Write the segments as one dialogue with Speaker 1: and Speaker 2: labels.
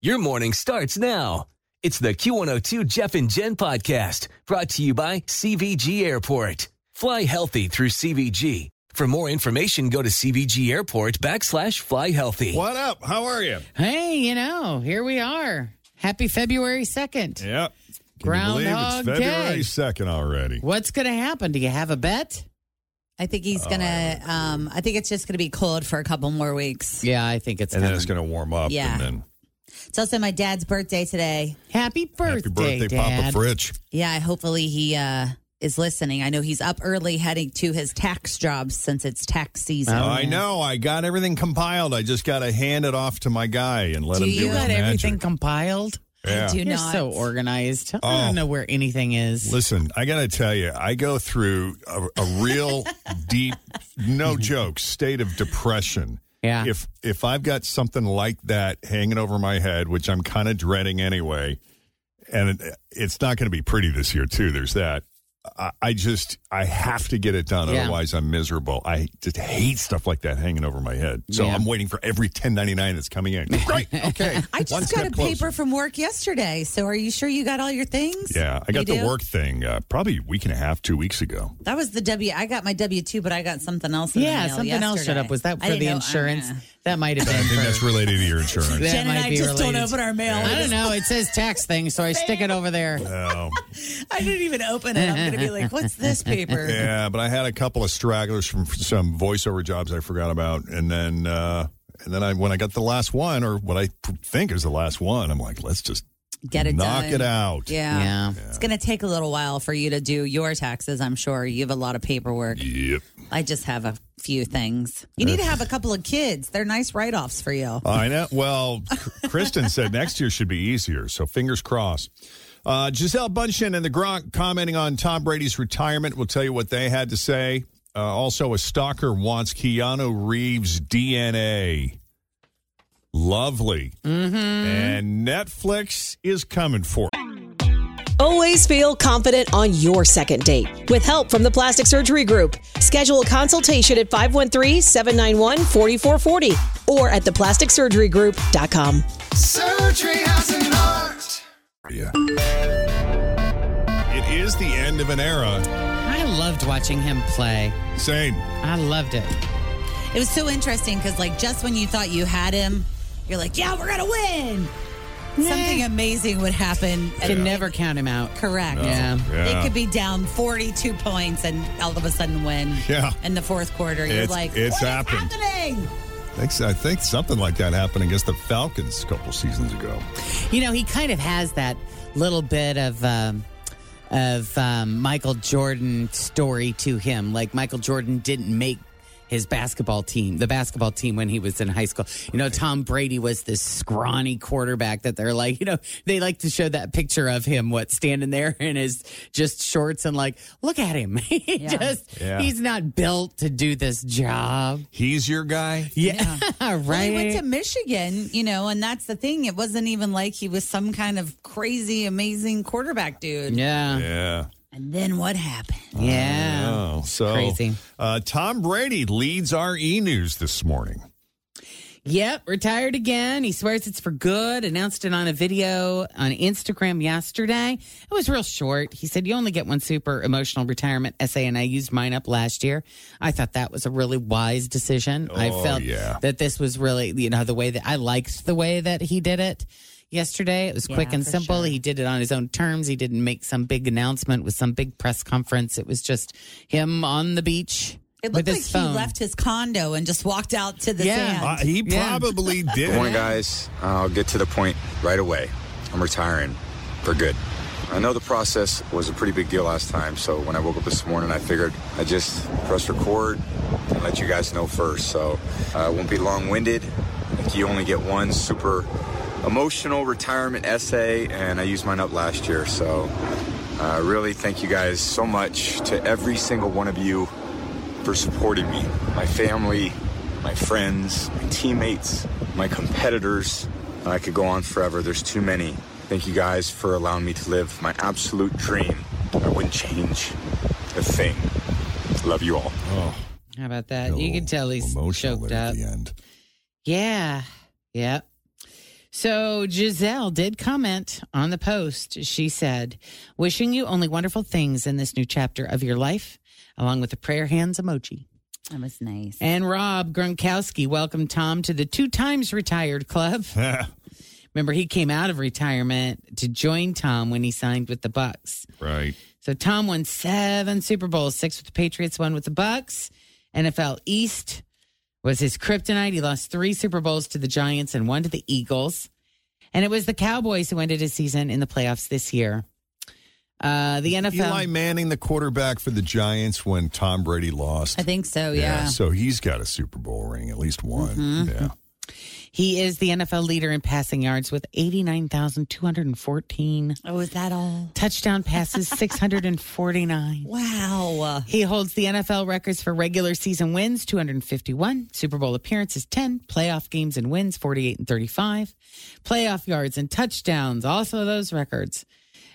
Speaker 1: Your morning starts now. It's the Q102 Jeff and Jen podcast brought to you by CVG Airport. Fly healthy through CVG. For more information, go to CVG Airport backslash fly healthy.
Speaker 2: What up? How are you?
Speaker 3: Hey, you know, here we are. Happy February 2nd.
Speaker 2: Yep. Can you believe
Speaker 3: Groundhog
Speaker 2: it's February
Speaker 3: Day.
Speaker 2: 2nd already?
Speaker 3: What's going to happen? Do you have a bet?
Speaker 4: I think he's
Speaker 2: Uh,
Speaker 4: gonna. um, I think it's just gonna be cold for a couple more weeks.
Speaker 3: Yeah, I think it's,
Speaker 2: And then
Speaker 3: coming.
Speaker 2: it's going to warm up.
Speaker 4: Yeah.
Speaker 2: And then
Speaker 4: It's also my dad's birthday today.
Speaker 3: Happy birthday,
Speaker 2: happy birthday, Papa
Speaker 3: Dad.
Speaker 2: Fritch.
Speaker 4: Yeah, I- hopefully he uh, is listening. I know he's up early heading to his tax job since it's tax season.
Speaker 3: Oh,
Speaker 2: I know. I got everything compiled. I just got to hand it off to my guy and let
Speaker 4: Do
Speaker 2: him do
Speaker 4: you
Speaker 3: You
Speaker 2: his
Speaker 3: got
Speaker 2: magic.
Speaker 3: everything compiled?
Speaker 2: Yeah.
Speaker 4: I do
Speaker 3: You're
Speaker 4: not.
Speaker 3: so organized. I
Speaker 2: Oh.
Speaker 3: don't know where anything is.
Speaker 2: Listen, I got to tell you, I go through a, a real deep, no joke, state of depression.
Speaker 3: Yeah.
Speaker 2: If if I've got something like that hanging over my head, which I'm kind of dreading anyway, and it, it's not going to be pretty this year too. There's that. I, I just I have to get it done,
Speaker 3: Yeah.
Speaker 2: otherwise I'm miserable. I just hate stuff like that hanging over my head. So
Speaker 3: Yeah.
Speaker 2: I'm waiting for every 1099 that's coming in. Great. Okay.
Speaker 4: I
Speaker 2: One
Speaker 4: just
Speaker 2: step
Speaker 4: got a
Speaker 2: closer.
Speaker 4: paper from work yesterday. So are you sure you got all your things?
Speaker 2: Yeah, I got
Speaker 4: You
Speaker 2: the
Speaker 4: do?
Speaker 2: work thing uh, probably a week and a half, two weeks ago.
Speaker 4: That was the W. I got my W two, but I got something else. In
Speaker 3: yeah,
Speaker 4: the mail
Speaker 3: something else showed
Speaker 4: yesterday.
Speaker 3: up. Was that
Speaker 4: I
Speaker 3: for
Speaker 4: didn't
Speaker 3: the
Speaker 4: know-
Speaker 3: insurance?
Speaker 4: uh,
Speaker 3: That might have been.
Speaker 2: I think that's
Speaker 3: for,
Speaker 2: related to your insurance.
Speaker 3: that
Speaker 4: Jen and
Speaker 3: might
Speaker 4: I
Speaker 3: be
Speaker 4: just don't
Speaker 3: related.
Speaker 4: open our mail.
Speaker 3: I don't know. It says tax thing, so I stick it over there.
Speaker 2: Oh,
Speaker 4: I didn't even open it. I'm gonna be like, what's this paper?
Speaker 2: yeah, but I had a couple of stragglers from some voiceover jobs I forgot about, and then uh, and then I when I got the last one, or what I p- think is the last one, I'm like, let's just
Speaker 4: Get it
Speaker 2: knock
Speaker 4: done.
Speaker 2: it out.
Speaker 4: Yeah.
Speaker 3: Yeah.
Speaker 4: It's going to take a little while for you to do your taxes, I'm sure. You have a lot of paperwork.
Speaker 2: Yep.
Speaker 4: I just have a few things. You need to have a couple of kids. They're nice write offs for you.
Speaker 2: I know. Well, K- Kristen said next year should be easier, so fingers crossed. Uh, Giselle Bundchen and the Gronk commenting on Tom Brady's retirement. We'll tell you what they had to say. Uh, also, a stalker wants Keanu Reeves' DNA. Lovely.
Speaker 4: Mm-hmm.
Speaker 2: And Netflix is coming for it.
Speaker 5: Always feel confident on your second date. With help from the Plastic Surgery Group, schedule a consultation at 513 791 4440 or at theplasticsurgerygroup.com.
Speaker 2: Yeah. It is the end of an era.
Speaker 3: I loved watching him play.
Speaker 2: Same.
Speaker 3: I loved it.
Speaker 4: It was so interesting because, like, just when you thought you had him, you're like, yeah, we're going to win. Something amazing would happen.
Speaker 3: Can never count him out.
Speaker 4: Correct.
Speaker 3: Yeah.
Speaker 2: Yeah.
Speaker 4: They could be down 42 points and all of a sudden win
Speaker 2: Yeah.
Speaker 4: in the fourth quarter. You're
Speaker 2: It's-
Speaker 4: like,
Speaker 2: it's
Speaker 4: "What is
Speaker 2: happened."
Speaker 4: happening?
Speaker 2: I think, I think something like that happened against the Falcons a couple seasons ago.
Speaker 3: You know, he kind of has that little bit of um, of um, Michael Jordan story to him. Like Michael Jordan didn't make his basketball team, the basketball team when he was in high school. You know, Tom Brady was this scrawny quarterback that they're like, you know, they like to show that picture of him, what standing there in his just shorts and like, look at him. he
Speaker 4: Yeah.
Speaker 3: just
Speaker 2: Yeah.
Speaker 3: he's not built to do this job.
Speaker 2: He's your guy?
Speaker 3: Yeah,
Speaker 4: Well,
Speaker 3: right.
Speaker 4: he went to Michigan, you know, and that's the thing. It wasn't even like he was some kind of crazy, amazing quarterback dude.
Speaker 3: yeah, yeah.
Speaker 2: Yeah.
Speaker 4: And then what happened?
Speaker 2: Oh, so
Speaker 3: Crazy.
Speaker 2: Uh, Tom Brady leads our e news this morning.
Speaker 3: Yep, retired again. He swears it's for good. Announced it on a video on Instagram yesterday. It was real short. He said, You only get one super emotional retirement essay, and I used mine up last year. I thought that was a really wise decision. I
Speaker 2: Oh,
Speaker 3: felt
Speaker 2: yeah.
Speaker 3: that this was really, you know, the way that I liked the way that he did it. yesterday. It was
Speaker 4: Yeah,
Speaker 3: quick and
Speaker 4: for
Speaker 3: simple.
Speaker 4: sure.
Speaker 3: He did it on his own terms. He didn't make some big announcement with some big press conference. It was just him on the beach
Speaker 4: It
Speaker 3: with
Speaker 4: looked like
Speaker 3: his phone.
Speaker 4: he left his condo and just walked out to the
Speaker 3: Yeah.
Speaker 4: sand.
Speaker 2: Uh, he
Speaker 3: Yeah.
Speaker 2: probably
Speaker 6: Good morning,
Speaker 2: did.
Speaker 6: guys. I'll get to the point right away. I'm retiring for good. I know the process was a pretty big deal last time, so when I woke up this morning, I figured I just press record and let you guys know first. So uh, I won't be long winded. You only get one super emotional retirement essay, and I used mine up last year. So uh, really thank you guys so much to every single one of you for supporting me, my family, my friends, my teammates, my competitors. I could go on forever. There's too many. Thank you guys for allowing me to live my absolute dream. I wouldn't change a thing. Love you all.
Speaker 3: How about that? you can tell he's
Speaker 2: emotional
Speaker 3: choked
Speaker 2: there
Speaker 3: up.
Speaker 2: At the end.
Speaker 3: Yeah. Yeah. So Giselle did comment on the post. She said, Wishing you only wonderful things in this new chapter of your life, along with the prayer hands emoji.
Speaker 4: That was nice.
Speaker 3: And Rob Gronkowski welcomed Tom to the two times retired club. Remember, he came out of retirement to join Tom when he signed with the Bucks.
Speaker 2: right.
Speaker 3: So Tom won seven Super Bowls, six with the Patriots, one with the Bucks. NFL East was his kryptonite. He lost three Super Bowls to the Giants and one to the Eagles. And it was the Cowboys who ended his season in the playoffs this year. Uh, the NFL.
Speaker 2: Eli Manning, the quarterback for the Giants, when Tom Brady lost.
Speaker 4: I think so, yeah.
Speaker 2: So he's got a Super Bowl ring, at least one.
Speaker 3: Mm-hmm.
Speaker 2: Yeah.
Speaker 3: He is the NFL leader in passing yards with 89,214
Speaker 4: Oh, is that all?
Speaker 3: touchdown passes, 649.
Speaker 4: Wow.
Speaker 3: He holds the NFL records for regular season wins, 251, Super Bowl appearances, 10, playoff games and wins, 48 and 35, playoff yards and touchdowns, also those records.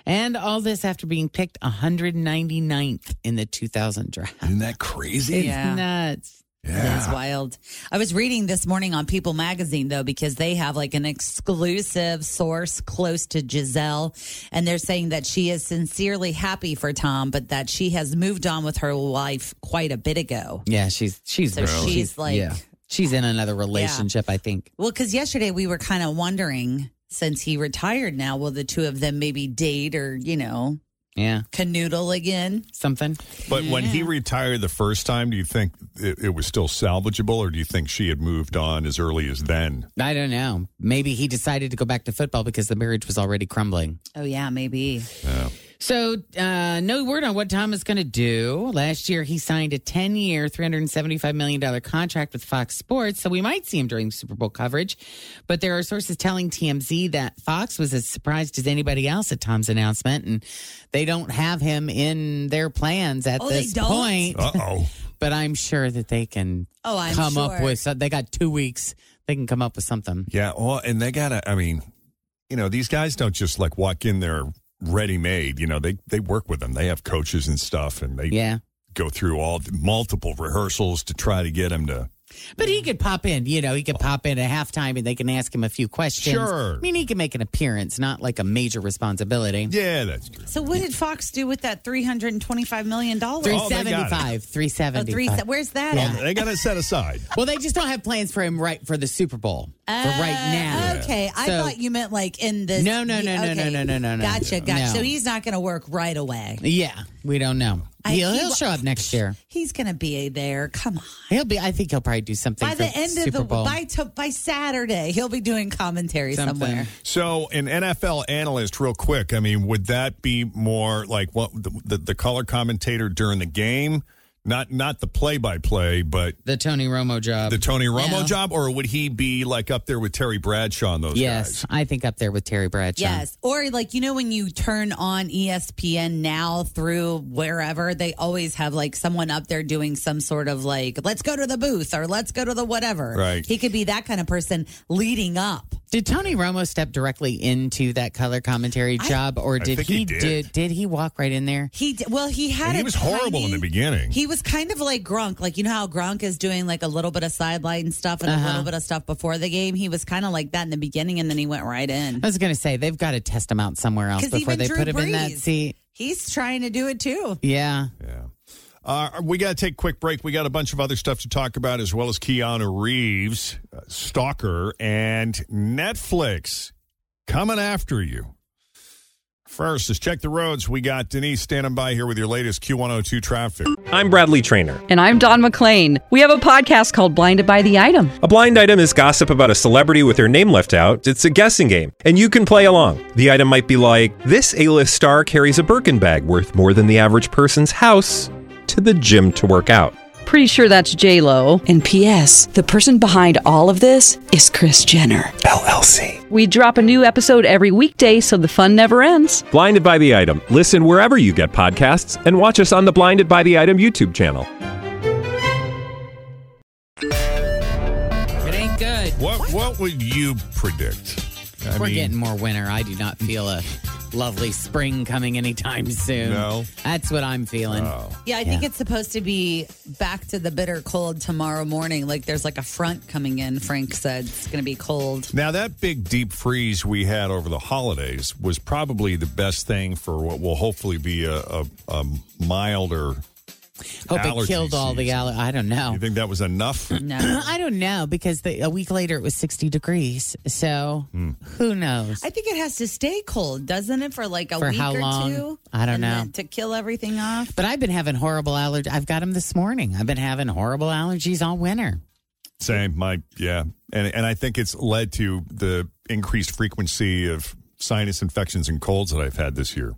Speaker 3: And all this after being picked 199th in the 2000 draft.
Speaker 2: Isn't that crazy?
Speaker 3: It's
Speaker 4: Yeah.
Speaker 3: nuts.
Speaker 4: That's wild. I was reading this morning on People Magazine, though, because they have like an exclusive source close to Giselle. And they're saying that she is sincerely happy for Tom, but that she has moved on with her life quite a bit ago.
Speaker 3: Yeah, she's she's
Speaker 4: So she's like-
Speaker 3: she's in another relationship, I think.
Speaker 4: Well, because yesterday we were kind of wondering since he retired now, will the two of them maybe date or, you know,
Speaker 3: Yeah,
Speaker 4: canoodle again?
Speaker 3: something.
Speaker 2: But when he retired the first time, do you think it, it was still salvageable, or do you think she had moved on as early as then?
Speaker 3: I don't know. Maybe he decided to go back to football because the marriage was already crumbling.
Speaker 4: Oh, yeah, maybe.
Speaker 3: So, uh, no word on what Tom is going to do. Last year, he signed a 10 year, $375 million contract with Fox Sports, so we might see him during Super Bowl coverage. But there are sources telling TMZ that Fox was as surprised as anybody else at Tom's announcement, and they don't have him in their plans at
Speaker 4: Oh, they
Speaker 3: this
Speaker 4: don't?
Speaker 3: point.
Speaker 2: Uh oh.
Speaker 3: But I'm sure that they can
Speaker 4: Oh, I'm
Speaker 3: come up
Speaker 4: sure.
Speaker 3: with something. They got two weeks, they can come up with something.
Speaker 2: yeah. Well, and they gotta. I mean, you know, these guys don't just like walk in there ready made. You know, they they work with them. They have coaches and stuff, and they
Speaker 3: Yeah.
Speaker 2: go through all the multiple rehearsals to try to get him to.
Speaker 3: But
Speaker 2: Mm.
Speaker 3: he could pop in, you know, he could pop in at halftime and they can ask him a few questions.
Speaker 2: Sure.
Speaker 3: I mean, he can make an appearance, not like a major responsibility.
Speaker 2: Yeah, that's true.
Speaker 4: So, what did Fox do with that $325 million? Oh,
Speaker 2: Oh, they got
Speaker 3: 375,
Speaker 2: it.
Speaker 3: 375.
Speaker 4: three, where's that at?
Speaker 2: They got to set aside.
Speaker 3: well, they just don't have plans for him right for the Super Bowl for right now.
Speaker 4: Oh, Okay, I
Speaker 3: So-
Speaker 4: thought you meant like in this.
Speaker 3: No, no, no, no,
Speaker 4: okay.
Speaker 3: no, no, no, no,
Speaker 4: Gotcha,
Speaker 3: no.
Speaker 4: gotcha.
Speaker 3: No.
Speaker 4: So he's not going to work right away.
Speaker 3: Yeah, we don't know.
Speaker 4: I-
Speaker 3: he'll,
Speaker 4: he
Speaker 3: he'll
Speaker 4: wa-
Speaker 3: show up next year.
Speaker 4: He's going to be there. Come on.
Speaker 3: He'll be. I think he'll probably do something
Speaker 4: By
Speaker 3: for
Speaker 4: the end
Speaker 3: Super
Speaker 4: of the
Speaker 3: Bowl.
Speaker 4: by to, by Saturday, he'll be doing commentary
Speaker 3: Something.
Speaker 4: somewhere.
Speaker 2: So, an NFL analyst, real quick. I mean, would that be more like what the, the, the color commentator during the game, not not the play by play, but
Speaker 3: The Tony Romo job.
Speaker 2: the Tony Romo job, or would he be like up there with Terry Bradshaw and those
Speaker 3: yes,
Speaker 2: guys?
Speaker 3: I think up there with Terry Bradshaw.
Speaker 4: Yes, or like you know when you turn on E ESPN now through wherever they always have like someone up there doing some sort of like let's go to the booth or let's go to the whatever.
Speaker 2: Right.
Speaker 4: He could be that kind of person leading up.
Speaker 3: Did Tony Romo step directly into that color commentary job, or did
Speaker 2: think
Speaker 3: he,
Speaker 2: he did.
Speaker 3: did? Did he walk right in there?
Speaker 4: He d- well, he had.
Speaker 2: And he
Speaker 4: a
Speaker 2: was horrible in
Speaker 4: tiny-
Speaker 2: the beginning.
Speaker 4: He was kind of like Gronk, like you know how Gronk is doing like a little bit of sideline stuff and
Speaker 3: Uh-huh.
Speaker 4: a little bit of stuff before the game. He was kind of like that in the beginning, and then he went right in.
Speaker 3: I was going to say they've got to test him out somewhere else
Speaker 4: 'Cause
Speaker 3: before
Speaker 4: even
Speaker 3: they
Speaker 4: Drew
Speaker 3: put him in that
Speaker 4: Brees.
Speaker 3: seat.
Speaker 4: He's trying to do it too.
Speaker 3: Yeah.
Speaker 2: Yeah. Uh, we got to take a quick break. We got a bunch of other stuff to talk about, as well as Keanu Reeves, uh, Stalker, and Netflix coming after you. First, let's check the roads. We got Denise standing by here with your latest Q102 traffic.
Speaker 7: I'm Bradley Trainer.
Speaker 8: And I'm Don McClain. We have a podcast called Blinded by the Item.
Speaker 7: A blind item is gossip about a celebrity with their name left out. It's a guessing game, and you can play along. The item might be like this: A-list star carries a Birkin bag worth more than the average person's house to the gym to work out.
Speaker 8: Pretty sure that's J Lo.
Speaker 9: And P.S. The person behind all of this is Chris Jenner
Speaker 7: LLC.
Speaker 8: We drop a new episode every weekday, so the fun never ends.
Speaker 7: Blinded by the item. Listen wherever you get podcasts, and watch us on the Blinded by the Item YouTube channel.
Speaker 3: It ain't good.
Speaker 2: What what would you predict? I
Speaker 3: We're
Speaker 2: mean,
Speaker 3: getting more winter. I do not feel a lovely spring coming anytime soon.
Speaker 2: No.
Speaker 3: That's what I'm feeling.
Speaker 4: Yeah, I think
Speaker 3: Yeah.
Speaker 4: it's supposed to be back to the bitter cold tomorrow morning. Like there's like a front coming in. Frank said it's going to be cold.
Speaker 2: Now that big deep freeze we had over the holidays was probably the best thing for what will hopefully be a, a, a milder.
Speaker 3: Hope
Speaker 2: allergy
Speaker 3: it killed all the
Speaker 2: season.
Speaker 3: aller- I don't know.
Speaker 2: You think that was enough?
Speaker 4: No.
Speaker 3: I don't know because the, a week later it was 60 degrees. So
Speaker 2: Hmm.
Speaker 3: who knows?
Speaker 4: I think it has to stay cold, doesn't it, for like a
Speaker 3: For
Speaker 4: week
Speaker 3: how
Speaker 4: or
Speaker 3: long?
Speaker 4: two?
Speaker 3: I don't
Speaker 4: And
Speaker 3: know.
Speaker 4: then To kill everything off.
Speaker 3: but I've been having horrible allergies. I've got them this morning. I've been having horrible allergies all winter.
Speaker 2: Same, my yeah, and and I think it's led to the increased frequency of sinus infections and colds that I've had this year.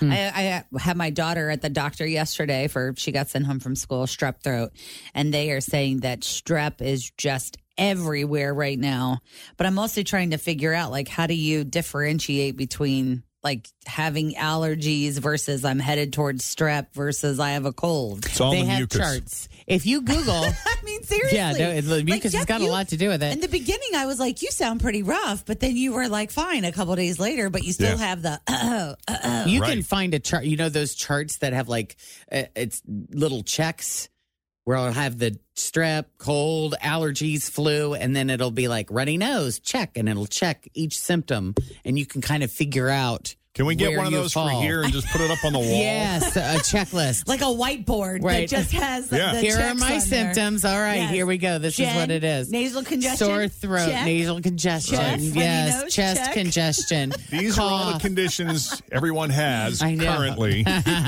Speaker 3: Mm.
Speaker 4: I, I had my daughter at the doctor yesterday for she got sent home from school strep throat, and they are saying that strep is just everywhere right now. But I'm also trying to figure out like how do you differentiate between like having allergies versus I'm headed towards strep versus I have a cold.
Speaker 2: It's all
Speaker 3: they
Speaker 2: the
Speaker 3: have
Speaker 2: mucus.
Speaker 3: charts. If you Google,
Speaker 4: I mean, seriously.
Speaker 3: yeah, no, it- the
Speaker 4: Like,
Speaker 3: mucus has
Speaker 4: Jeff,
Speaker 3: got a
Speaker 4: you-
Speaker 3: lot to do with it.
Speaker 4: In the beginning, I was like, "You sound pretty rough," but then you were like, "Fine." A couple days later, but you still
Speaker 2: Yeah.
Speaker 4: have the oh, oh.
Speaker 3: You
Speaker 2: Right.
Speaker 3: can find a chart. You know those charts that have like uh, it's little checks where I'll have the strep, cold, allergies, flu, and then it'll be like runny nose, check, and it'll check each symptom, and you can kind of figure out.
Speaker 2: Can we get
Speaker 3: where
Speaker 2: one of
Speaker 3: you
Speaker 2: those
Speaker 3: fall.
Speaker 2: for here and just put it up on the wall?
Speaker 3: Yes, a checklist.
Speaker 4: like a whiteboard that
Speaker 3: Right.
Speaker 4: just has
Speaker 2: Yeah.
Speaker 4: the
Speaker 3: here are
Speaker 4: checks
Speaker 3: my
Speaker 4: on there.
Speaker 3: symptoms. All right,
Speaker 4: Yes.
Speaker 3: here we go. This is
Speaker 4: Jen,
Speaker 3: what it is.
Speaker 4: Nasal congestion.
Speaker 3: Sore throat,
Speaker 4: Check.
Speaker 3: nasal congestion,
Speaker 4: Check. Runny
Speaker 3: yes,
Speaker 4: nose,
Speaker 3: chest
Speaker 4: check.
Speaker 3: congestion.
Speaker 2: These are all the
Speaker 3: cough.
Speaker 2: conditions everyone has
Speaker 3: I know.
Speaker 2: currently.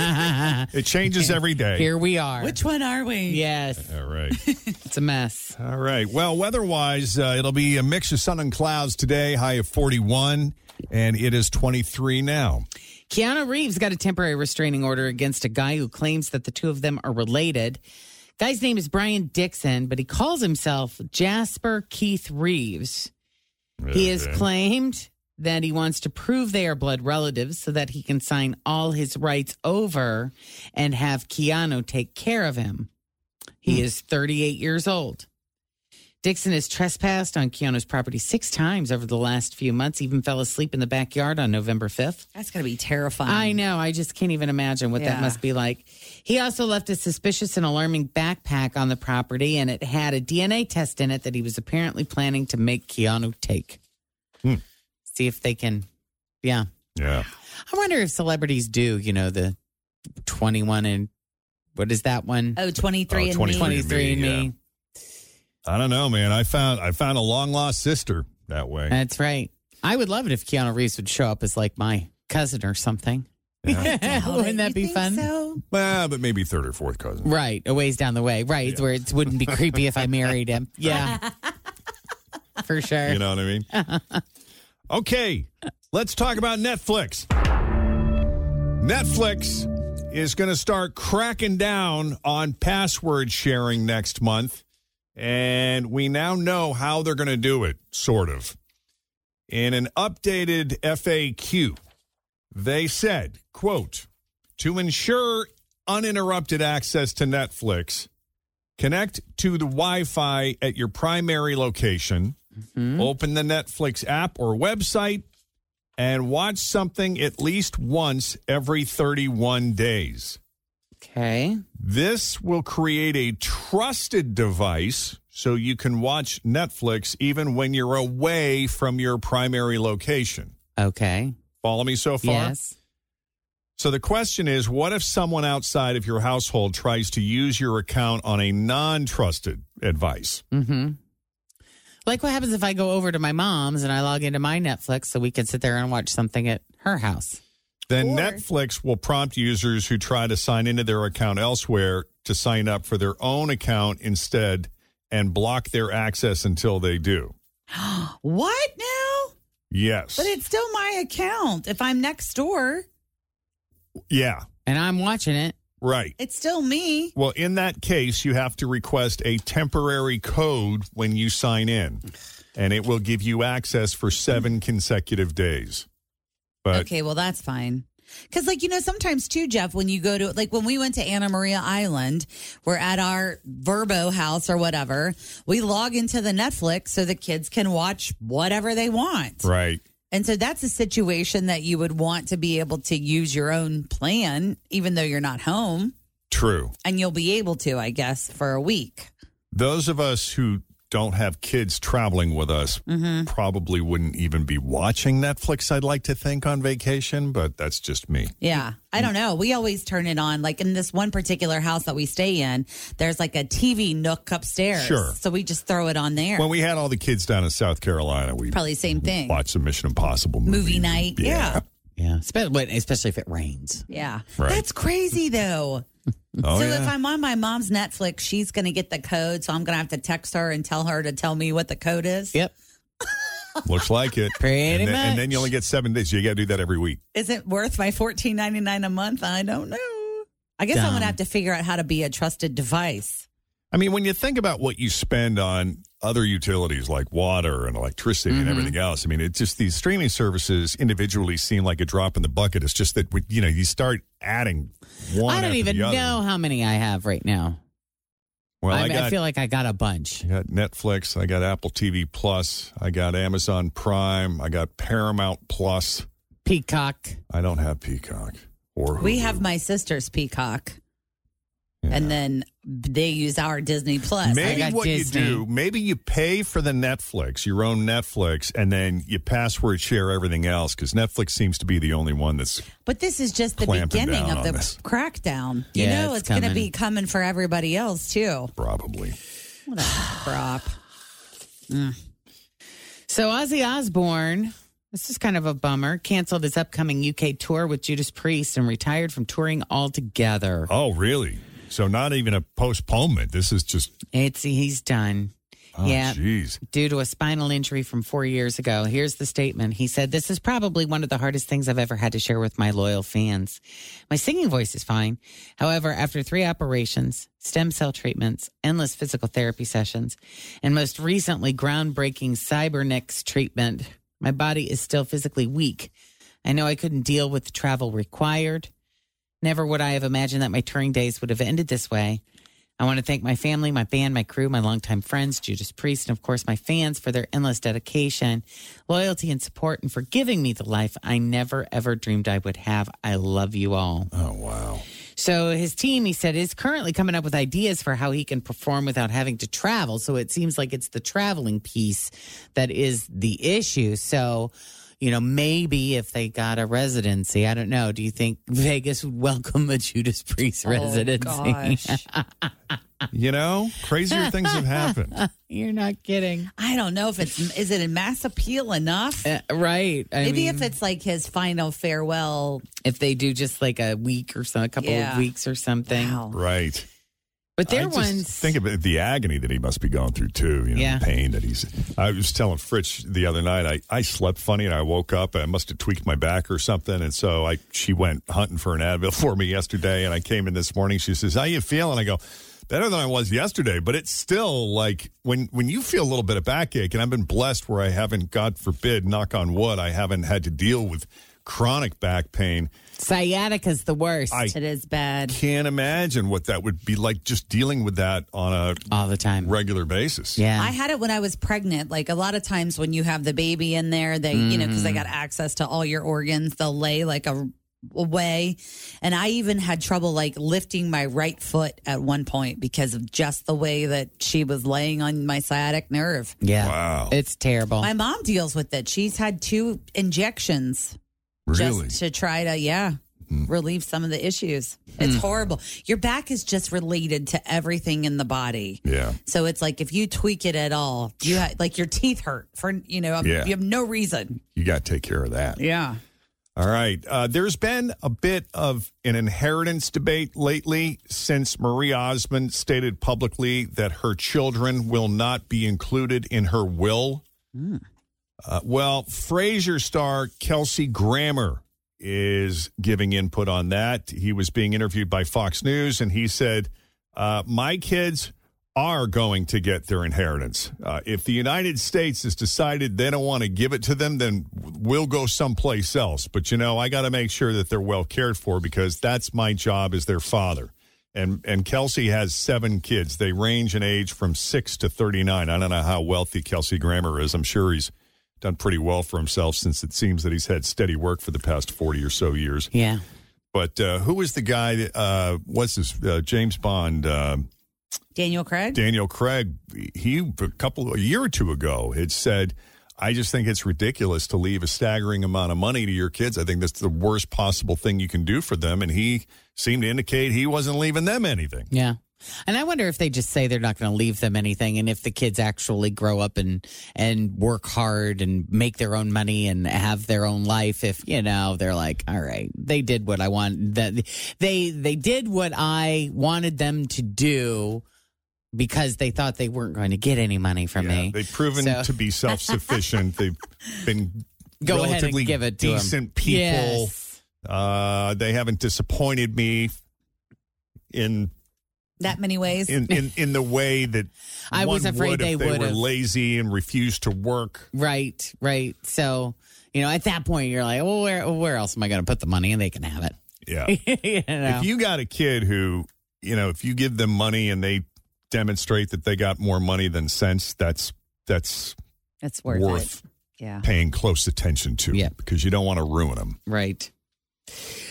Speaker 2: it changes every day.
Speaker 3: Here we are.
Speaker 4: Which one are we?
Speaker 3: Yes,
Speaker 2: All right.
Speaker 3: it's a mess.
Speaker 2: All right. Well, weather wise, uh, it'll be a mix of sun and clouds today, high of 41, and it is 23 now.
Speaker 3: Keanu Reeves got a temporary restraining order against a guy who claims that the two of them are related. Guy's name is Brian Dixon, but he calls himself Jasper Keith Reeves. He has claimed that he wants to prove they are blood relatives so that he can sign all his rights over and have Keanu take care of him. He is 38 years old. Dixon has trespassed on Keanu's property six times over the last few months, even fell asleep in the backyard on November 5th.
Speaker 4: That's gonna be terrifying.
Speaker 3: I know. I just can't even imagine what that
Speaker 4: Yeah.
Speaker 3: must be like. He also left a suspicious and alarming backpack on the property, and it had a DNA test in it that he was apparently planning to make Keanu take.
Speaker 2: Hmm.
Speaker 3: See if they can. Yeah.
Speaker 2: Yeah.
Speaker 3: I wonder if celebrities do, you know, the 21 and what is that one?
Speaker 4: Oh, 23
Speaker 2: Oh,
Speaker 4: and
Speaker 2: 23.
Speaker 3: 23 and me.
Speaker 2: I don't know, man. I found I found a long lost sister that way.
Speaker 3: That's right. I would love it if Keanu Reeves would show up as like my cousin or something. Oh, Wouldn't that be fun?
Speaker 4: So?
Speaker 2: Well, but maybe third or fourth cousin.
Speaker 3: Right, a ways down the way. Right, where it wouldn't be creepy if I married him. Yeah, for sure.
Speaker 2: You know what I mean? okay, let's talk about Netflix. Netflix is going to start cracking down on password sharing next month, and we now know how they're going to do it, sort of. In an updated FAQ, they said, quote, to ensure uninterrupted access to Netflix, connect to the Wi-Fi at your primary location open the Netflix app or website, and watch something at least once every 31 days.
Speaker 3: Okay,
Speaker 2: This will create a trusted device so you can watch Netflix even when you're away from your primary location.
Speaker 3: okay,
Speaker 2: Follow me so far?
Speaker 3: yes.
Speaker 2: So the question is what if someone outside of your household tries to use your account on a non trusted advice?
Speaker 3: Mm-hmm. Like what happens if I go over to my mom's and I log into my Netflix so we can sit there and watch something at her house?
Speaker 2: Then Netflix will prompt users who try to sign into their account elsewhere to sign up for their own account instead and block their access until they do.
Speaker 4: What now?
Speaker 2: Yes.
Speaker 4: But it's still my account. If I'm next door,
Speaker 2: yeah.
Speaker 3: And I'm watching it.
Speaker 2: Right.
Speaker 4: it's still me.
Speaker 2: Well, in that case, you have to request a temporary code when you sign in, and it will give you access for seven consecutive days. But
Speaker 4: Hmm. okay, well that's fine. Cause like you know, sometimes too, Jeff, when you go to like when we went to Anna Maria Island, we're at our Verbo house or whatever. We log into the Netflix so the kids can watch whatever they want.
Speaker 2: right,
Speaker 4: And so that's a situation that you would want to be able to use your own plan, even though you're not home.
Speaker 2: true.
Speaker 4: And you'll be able to, I guess, for a week.
Speaker 2: Those of us who don't have kids traveling with us
Speaker 4: Mm-hmm.
Speaker 2: probably wouldn't even be watching Netflix. I'd like to think on vacation, but that's just me.
Speaker 4: Yeah. I don't know. We always turn it on. Like in this one particular house that we stay in, there's like a TV nook upstairs.
Speaker 2: Sure.
Speaker 4: So we just throw it on there.
Speaker 2: When we had all the kids down in South Carolina, we
Speaker 4: Probably same thing.
Speaker 2: watched some Mission Impossible movies.
Speaker 4: Movie night.
Speaker 2: Yeah.
Speaker 3: Yeah. Spe- when- Especially if it rains.
Speaker 4: Yeah.
Speaker 2: Right.
Speaker 4: That's crazy though.
Speaker 2: Oh,
Speaker 4: so
Speaker 2: yeah.
Speaker 4: if I'm on my mom's Netflix, she's going to get the code. So I'm going to have to text her and tell her to tell me what the code is.
Speaker 3: Yep.
Speaker 2: Looks like it.
Speaker 3: Pretty
Speaker 2: and then, And
Speaker 3: much.
Speaker 2: then you only get seven days. You got to do that every week.
Speaker 4: Is it worth my fourteen ninety nine a month? I don't know. I guess I'm
Speaker 3: Dumb.
Speaker 4: going to have to figure out how to be a trusted device.
Speaker 2: I mean, when you think about what you spend on other utilities like water and electricity
Speaker 3: Mm-hmm.
Speaker 2: and everything else, I mean, it's just these streaming services individually seem like a drop in the bucket. It's just that, we, you know, you start adding one.
Speaker 3: I don't
Speaker 2: after
Speaker 3: even
Speaker 2: the other.
Speaker 3: know how many I have right now.
Speaker 2: Well,
Speaker 3: I,
Speaker 2: I, got,
Speaker 3: I feel like I got a bunch.
Speaker 2: I got Netflix, I got Apple TV Plus, I got Amazon Prime, I got Paramount Plus.
Speaker 3: Peacock.
Speaker 2: I don't have Peacock or
Speaker 4: We
Speaker 2: Hulu.
Speaker 4: have my sister's Peacock,
Speaker 2: Yeah.
Speaker 4: and then they use our Disney Plus.
Speaker 3: I
Speaker 2: Maybe
Speaker 3: got
Speaker 2: what
Speaker 3: Disney.
Speaker 2: you do, maybe you pay for the Netflix, your own Netflix, and then you password share everything else because Netflix seems to be the only one that's
Speaker 4: But this is just the
Speaker 2: Clamping
Speaker 4: beginning
Speaker 2: down
Speaker 4: of
Speaker 2: on
Speaker 4: the
Speaker 2: this.
Speaker 4: crackdown. You
Speaker 3: Yeah,
Speaker 4: know,
Speaker 3: it's
Speaker 4: it's, going to
Speaker 3: coming.
Speaker 4: be coming for everybody else too.
Speaker 2: probably.
Speaker 4: What a crop.
Speaker 3: So Ozzy Osbourne, this is kind of a bummer, canceled his upcoming UK tour with Judas Priest and retired from touring altogether.
Speaker 2: Oh, really? So not even a postponement. This is just
Speaker 3: It's he's done.
Speaker 2: oh,
Speaker 3: yeah.
Speaker 2: jeez.
Speaker 3: Due to a spinal injury from four years ago. Here's the statement. He said, This is probably one of the hardest things I've ever had to share with my loyal fans. My singing voice is fine. However, after three operations, stem cell treatments, endless physical therapy sessions, and most recently, groundbreaking Cybernex treatment, my body is still physically weak. I know I couldn't deal with the travel required. Never would I have imagined that my touring days would have ended this way. I want to thank my family, my band, my crew, my longtime friends, Judas Priest, and of course my fans for their endless dedication, loyalty, and support, and for giving me the life I never ever dreamed I would have. I love you all.
Speaker 2: Oh, wow.
Speaker 3: So his team, he said, is currently coming up with ideas for how he can perform without having to travel. So it seems like it's the traveling piece that is the issue. So, you know, maybe if they got a residency, I don't know. Do you think Vegas would welcome a Judas Priest residency?
Speaker 4: Oh, gosh.
Speaker 2: You know, crazier things have happened.
Speaker 3: You're not kidding.
Speaker 4: I don't know if it's is it a mass appeal enough.
Speaker 3: Uh, right. I
Speaker 4: Maybe
Speaker 3: mean,
Speaker 4: if it's like his final farewell.
Speaker 3: if they do just like a week or so, a couple
Speaker 4: Yeah.
Speaker 3: of weeks or something.
Speaker 4: Wow.
Speaker 2: Right.
Speaker 3: But
Speaker 2: I
Speaker 3: their
Speaker 2: just
Speaker 3: ones.
Speaker 2: Think about the agony that he must be going through too. You know,
Speaker 3: Yeah.
Speaker 2: the pain that he's. I was telling Fritz the other night. I, I slept funny and I woke up. and I must have tweaked my back or something. And so I she went hunting for an Advil for me yesterday. And I came in this morning. She says, "How you feeling?" I go. Better than I was yesterday, but it's still like when when you feel a little bit of backache, and I've been blessed where I haven't, God forbid, knock on wood, I haven't had to deal with chronic back pain.
Speaker 3: sciatica's the worst
Speaker 2: I
Speaker 4: It is bad.
Speaker 2: can't imagine what that would be like just dealing with that on a
Speaker 3: all the time.
Speaker 2: regular basis.
Speaker 3: Yeah.
Speaker 4: I had it when I was pregnant. Like a lot of times when you have the baby in there, they, you know, because
Speaker 3: Mm.
Speaker 4: they got access to all your organs, they'll lay like a away. And I even had trouble like lifting my right foot at one point because of just the way that she was laying on my sciatic nerve.
Speaker 3: yeah.
Speaker 2: Wow.
Speaker 3: It's terrible.
Speaker 4: My mom deals with it. She's had two injections
Speaker 2: Really?
Speaker 4: just to try to, yeah. relieve some of the issues. It's
Speaker 10: Hmm.
Speaker 4: horrible. Your back is just related to everything in the body.
Speaker 2: Yeah.
Speaker 4: So it's like if you tweak it at all, you ha- like your teeth hurt for you know um,
Speaker 2: Yeah.
Speaker 4: you have no reason.
Speaker 2: You got to take care of that.
Speaker 11: Yeah.
Speaker 2: All right. Uh, there's been a bit of an inheritance debate lately since Marie Osmond stated publicly that her children will not be included in her will. Uh, well, Frasier star Kelsey Grammer is giving input on that. He was being interviewed by Fox News, and he said, uh, "My kids are going to get their inheritance. Uh, if the United States has decided they don't want to give it to them, then we'll go someplace else. But you know, I got to make sure that they're well cared for because that's my job as their father." And and Kelsey has seven kids. They range in age from six to thirty nine. I don't know how wealthy Kelsey Grammer is. I'm sure he's done pretty well for himself since it seems that he's had steady work for the past forty or so years.
Speaker 3: Yeah.
Speaker 2: But uh, who is the guy? That, uh, what's his uh, James Bond? Uh,
Speaker 4: Daniel Craig.
Speaker 2: Daniel Craig. He a couple a year or two ago had said. I just think it's ridiculous to leave a staggering amount of money to your kids. I think that's the worst possible thing you can do for them. And he seemed to indicate he wasn't leaving them anything.
Speaker 3: Yeah. And I wonder if they just say they're not going to leave them anything and if the kids actually grow up and and work hard and make their own money and have their own life if you know they're like all right they did what I want that they they did what I wanted them to do because they thought they weren't going to get any money from me.
Speaker 2: They've proven
Speaker 3: So-
Speaker 2: to be self sufficient. They've been
Speaker 3: Go ahead and
Speaker 2: relatively
Speaker 3: give it to 'em.
Speaker 2: decent people.
Speaker 3: Yes.
Speaker 2: Uh, they haven't disappointed me in
Speaker 4: That many ways.
Speaker 2: in in, in the way that
Speaker 3: I was
Speaker 2: one
Speaker 3: afraid
Speaker 2: would if
Speaker 3: they
Speaker 2: they were
Speaker 3: would've.
Speaker 2: lazy and refused to work.
Speaker 3: Right, right. So, you know, at that point, you're like, well, where, where else am I going to put the money? And they can have it.
Speaker 2: Yeah.
Speaker 3: you know?
Speaker 2: If you got a kid who, you know, if you give them money and they demonstrate that they got more money than sense, that's that's
Speaker 4: It's worth,
Speaker 2: Worth.
Speaker 4: it. Yeah.
Speaker 2: paying close attention to
Speaker 3: Yeah.
Speaker 2: because you don't want to ruin them.
Speaker 3: right.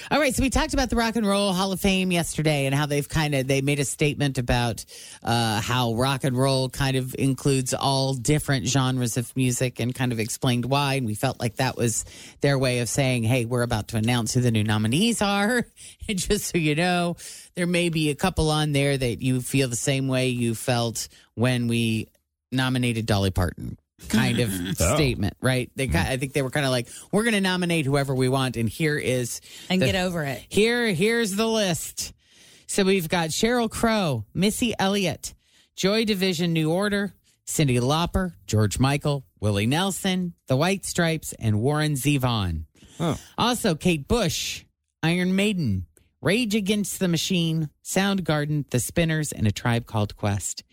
Speaker 3: All right. So we talked about the Rock and Roll Hall of Fame yesterday and how they've kind of they made a statement about uh, how rock and roll kind of includes all different genres of music and kind of explained why. And we felt like that was their way of saying, hey, we're about to announce who the new nominees are. and just so you know, there may be a couple on there that you feel the same way you felt when we nominated Dolly Parton kind of
Speaker 2: Oh.
Speaker 3: statement, right? They ki- I think they were kind of like we're going to nominate whoever we want and here is
Speaker 4: And
Speaker 3: the-
Speaker 4: get over it.
Speaker 3: Here here's the list. So we've got Cheryl Crow, Missy Elliott, Joy Division New Order, Cindy Lauper, George Michael, Willie Nelson, The White Stripes and Warren Zevon. Also Kate Bush, Iron Maiden, Rage Against the Machine, Soundgarden, The Spinners and A Tribe Called Quest.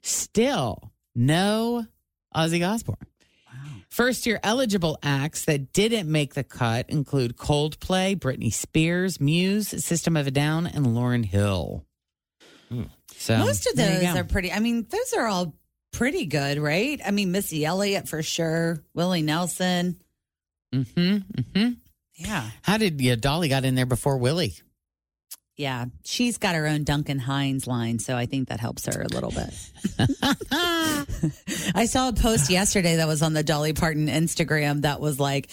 Speaker 3: Still no Ozzy Osbourne. First year eligible acts that didn't make the cut include Coldplay, Britney Spears, Muse, System of a Down, and Lauren Hill. So
Speaker 4: Most of
Speaker 3: there you
Speaker 4: those
Speaker 3: go.
Speaker 4: are pretty. I mean, those are all pretty good, right? I mean, Missy Elliott for sure, Willie Nelson.
Speaker 3: Mhm, mhm.
Speaker 4: Yeah.
Speaker 3: How did yeah, Dolly got in there before Willie?
Speaker 4: Yeah. She's got her own Duncan Hines line, so I think that helps her a little bit. I saw a post yesterday that was on the Dolly Parton Instagram that was like,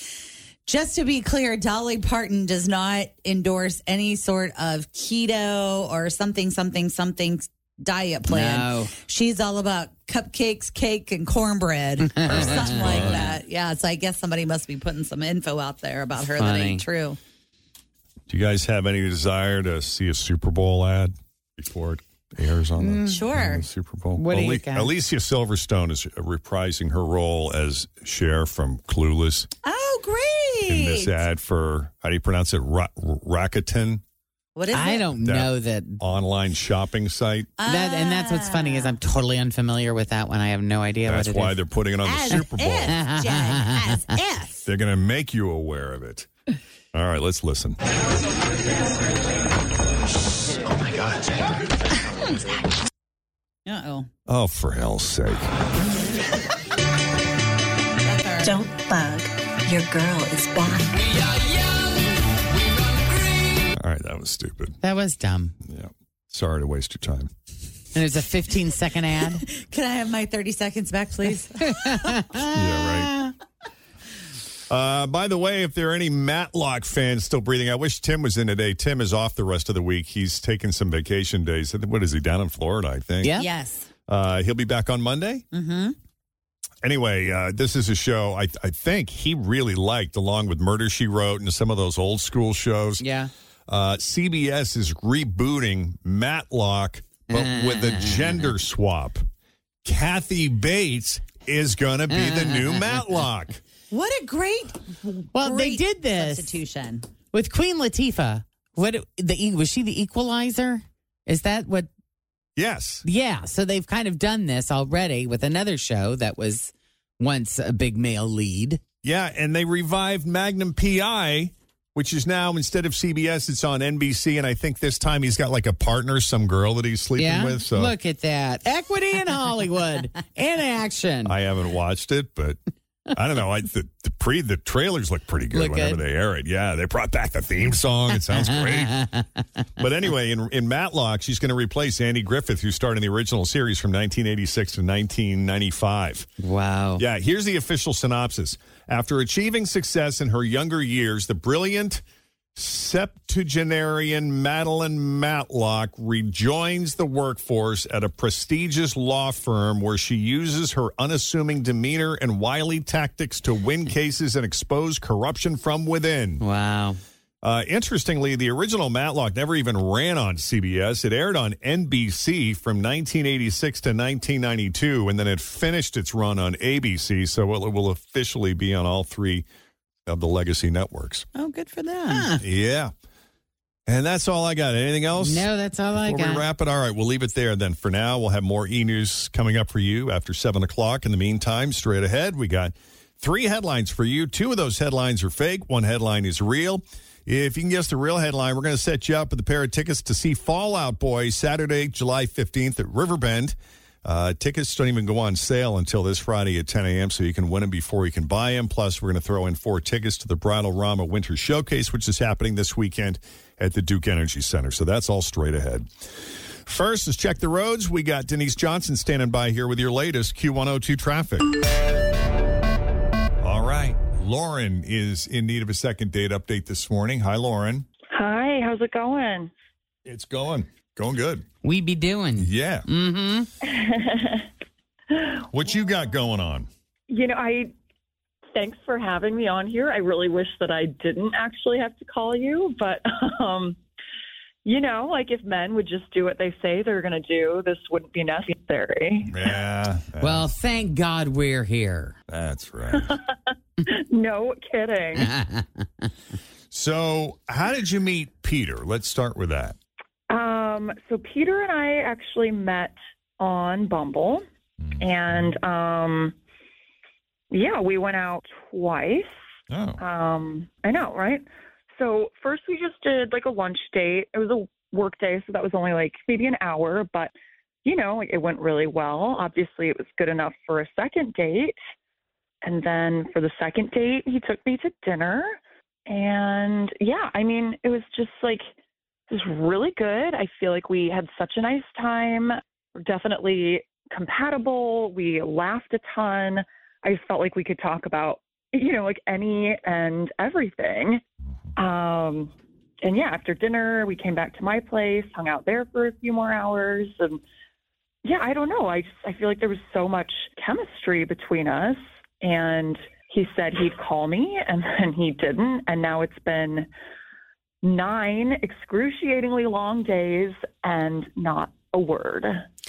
Speaker 4: just to be clear, Dolly Parton does not endorse any sort of keto or something, something, something diet plan.
Speaker 3: No.
Speaker 4: She's all about cupcakes, cake, and cornbread or something like that. Yeah. So I guess somebody must be putting some info out there about her that
Speaker 3: Funny.
Speaker 4: ain't true.
Speaker 2: Do you guys have any desire to see a Super Bowl ad before it airs on the,
Speaker 4: Sure.
Speaker 2: on the Super Bowl?
Speaker 3: What do you got?
Speaker 2: Alicia Silverstone is reprising her role as Cher from Clueless
Speaker 4: Oh,
Speaker 2: in
Speaker 4: great.
Speaker 2: this ad for how do you pronounce it? Ra- Rakuten
Speaker 4: What is it?
Speaker 3: I don't
Speaker 2: That-
Speaker 3: know that
Speaker 2: online shopping site.
Speaker 3: that and that's what's funny is I'm totally unfamiliar with that one. I have no idea
Speaker 2: That's
Speaker 3: what it
Speaker 2: why
Speaker 3: is.
Speaker 2: they're putting it on
Speaker 4: As
Speaker 2: the Super Bowl.
Speaker 4: if, Jen, as if.
Speaker 2: They're going to make you aware of it. All right, let's listen.
Speaker 4: Uh oh.
Speaker 2: Oh, for hell's sake.
Speaker 10: Don't bug. Your girl is back.
Speaker 2: All right, that was stupid.
Speaker 3: That was dumb.
Speaker 2: Yeah. Sorry to waste your time.
Speaker 3: And there's a 15 second ad. Uh.
Speaker 4: Can I have my 30 seconds back, please?
Speaker 2: Yeah, right. Uh, by the way, if there are any Matlock fans still breathing, I wish Tim was in today. Tim is off the rest of the week. He's taking some vacation days. I think- What is he down in Florida? I think.
Speaker 4: Yes.
Speaker 2: Uh, he'll be back on Monday.
Speaker 4: Mm-hmm.
Speaker 2: Anyway, uh, this is a show I, I think he really liked, along with Murder She Wrote and some of those old school shows.
Speaker 3: Yeah.
Speaker 2: Uh, CBS is rebooting Matlock, but with a gender swap. Kathy Bates is going to be the new Matlock.
Speaker 4: What a great
Speaker 3: Well, they
Speaker 4: great
Speaker 3: did this.
Speaker 4: substitution.
Speaker 3: with Queen Latifah. What the e, was she the equalizer? Is that what?
Speaker 2: Yes.
Speaker 3: Yeah. So they've kind of done this already with another show that was once a big male lead.
Speaker 2: Yeah, and they revived Magnum PI, which is now instead of CBS, it's on NBC. And I think this time he's got like a partner, some girl that he's sleeping
Speaker 3: yeah.
Speaker 2: with. So
Speaker 3: Look at that equity in Hollywood in action.
Speaker 2: I haven't watched it, but I don't know. I the, the pre the trailers look pretty good
Speaker 3: Look
Speaker 2: whenever
Speaker 3: good.
Speaker 2: they air it. Yeah, they brought back the theme song. It sounds great. but anyway, in in Matlock, she's going to replace Andy Griffith, who starred in the original series from 1986 to 1995.
Speaker 3: Wow.
Speaker 2: Yeah, here's the official synopsis. After achieving success in her younger years, the brilliant septuagenarian Madeline Matlock rejoins the workforce at a prestigious law firm where she uses her unassuming demeanor and wily tactics to win cases and expose corruption from within.
Speaker 3: Wow.
Speaker 2: Uh, interestingly, the original Matlock never even ran on CBS. It aired on NBC from 1986 to 1992, and then it finished its run on ABC. So it will officially be on all three of the legacy networks.
Speaker 3: Oh, good for them.
Speaker 2: Yeah. And that's all I got. Anything else?
Speaker 3: No, that's all I
Speaker 2: Before
Speaker 3: got.
Speaker 2: we wrap it, all right, we'll leave it there then for now. We'll have more e news coming up for you after 7 o'clock. In the meantime, straight ahead, we got three headlines for you. Two of those headlines are fake, one headline is real. If you can guess the real headline, we're going to set you up with a pair of tickets to see Fallout Boy Saturday, July 15th at Riverbend. Uh, tickets don't even go on sale until this Friday at 10 a.m., so you can win them before you can buy them. Plus, we're going to throw in four tickets to the Bridal Rama Winter Showcase, which is happening this weekend at the Duke Energy Center. So that's all straight ahead. First, let's check the roads. We got Denise Johnson standing by here with your latest Q102 traffic. All right. Lauren is in need of a second date update this morning. Hi, Lauren.
Speaker 12: Hi, how's it going?
Speaker 2: It's going. Going good.
Speaker 3: We be doing.
Speaker 2: Yeah.
Speaker 3: Mm-hmm.
Speaker 2: What you got going on?
Speaker 12: You know, I thanks for having me on here. I really wish that I didn't actually have to call you, but um you know, like if men would just do what they say they're going to do, this wouldn't be necessary.
Speaker 2: Yeah.
Speaker 3: Well, thank God we're here.
Speaker 2: That's right.
Speaker 12: no kidding.
Speaker 2: So, how did you meet Peter? Let's start with that.
Speaker 12: Um, so Peter and I actually met on Bumble,
Speaker 2: Mm-hmm.
Speaker 12: and um, yeah, we went out twice.
Speaker 2: Oh.
Speaker 12: Um, I know, right? So first we just did like a lunch date. It was a work day, so that was only like maybe an hour, but you know, Oh, it went really well. Obviously, it was good enough for a second date. And then for the second date, he took me to dinner. And yeah, I mean, it was just like it was really good. I feel like we had such a nice time. We're definitely compatible. We laughed a ton. I just felt like we could talk about, you know, like any and everything. Um, and yeah, after dinner, we came back to my place, hung out there for a few more hours, and yeah, I don't know. I just I feel like there was so much chemistry between us, and he said he'd call me, and then he didn't, and now it's been nine excruciatingly long days and not a word.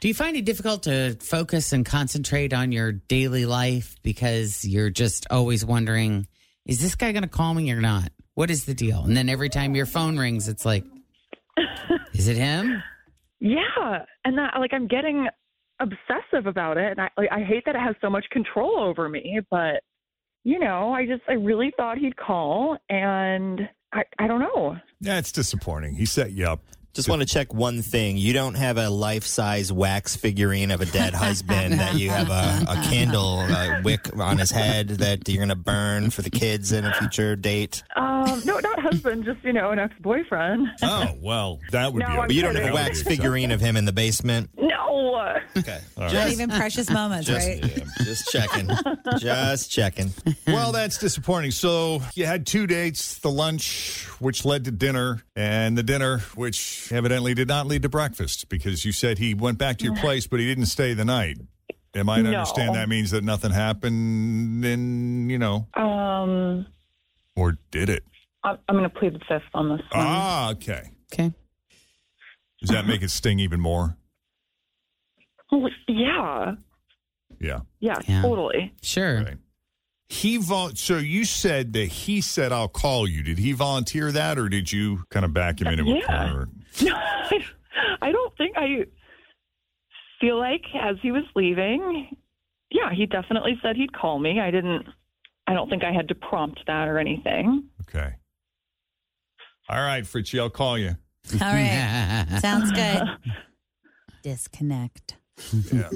Speaker 3: Do you find it difficult to focus and concentrate on your daily life because you're just always wondering, is this guy going to call me or not? What is the deal? And then every time your phone rings, it's like, is it him?
Speaker 12: Yeah, and that like I'm getting obsessive about it, and I like, I hate that it has so much control over me. But you know, I just I really thought he'd call, and I I don't know.
Speaker 2: That's disappointing. He set you up.
Speaker 13: Just want to check one thing. You don't have a life size wax figurine of a dead husband that you have a, a candle, a wick on his head that you're going to burn for the kids in a future date.
Speaker 12: Um, no, not husband, just you know, an ex boyfriend.
Speaker 2: Oh, well, that would
Speaker 12: No,
Speaker 2: be.
Speaker 12: I'm
Speaker 13: But you don't have a
Speaker 12: kidding.
Speaker 13: wax figurine of him in the basement.
Speaker 12: No,
Speaker 13: Okay. All
Speaker 4: Not even precious moments,
Speaker 13: just-
Speaker 4: right?
Speaker 13: yeah, just checking. just checking.
Speaker 2: well, that's disappointing. So you had two dates the lunch, which led to dinner, and the dinner, which evidently did not lead to breakfast because you said he went back to your place, but he didn't stay the night. Am I to
Speaker 12: No.
Speaker 2: understand that means that nothing happened and, you know,
Speaker 12: Um,
Speaker 2: or did it?
Speaker 12: I- I'm going to plead the fifth on this one.
Speaker 2: Ah, okay.
Speaker 3: Okay.
Speaker 2: Does that make it sting even more?
Speaker 12: Well, Oh, yeah.
Speaker 2: Yeah.
Speaker 12: yeah.
Speaker 2: Yeah.
Speaker 12: Totally.
Speaker 3: Sure.
Speaker 2: He vol- so you said that he said I'll call you. Did he volunteer that or did you kind of back him into a
Speaker 12: Yeah.
Speaker 2: corner?
Speaker 12: No, I, I don't think I feel like as he was leaving, yeah, he definitely said he'd call me. I didn't, I don't think I had to prompt that or anything.
Speaker 2: Okay. All right, Fritchie, I'll call you.
Speaker 4: All right. Sounds good. Disconnect.
Speaker 2: Yeah.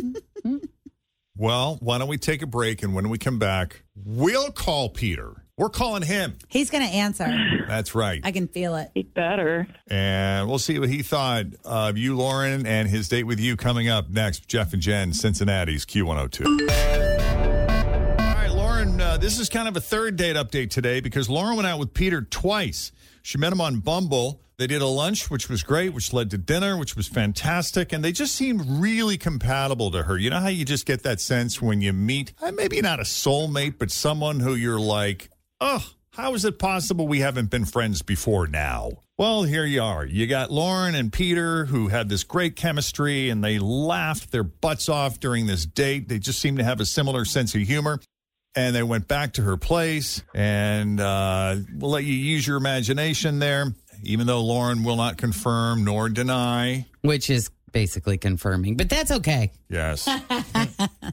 Speaker 2: well, why don't we take a break and when we come back, we'll call Peter. We're calling him.
Speaker 4: He's going to answer.
Speaker 2: That's right.
Speaker 4: I can feel it.
Speaker 12: He'd better.
Speaker 2: And we'll see what he thought of you, Lauren, and his date with you coming up next. Jeff and Jen, Cincinnati's Q102. All right, Lauren, uh, this is kind of a third date update today because Lauren went out with Peter twice. She met him on Bumble. They did a lunch, which was great, which led to dinner, which was fantastic. And they just seemed really compatible to her. You know how you just get that sense when you meet, uh, maybe not a soulmate, but someone who you're like, oh, how is it possible we haven't been friends before now? Well, here you are. You got Lauren and Peter who had this great chemistry and they laughed their butts off during this date. They just seemed to have a similar sense of humor. And they went back to her place and uh, we'll let you use your imagination there, even though Lauren will not confirm nor deny.
Speaker 3: Which is basically confirming, but that's okay.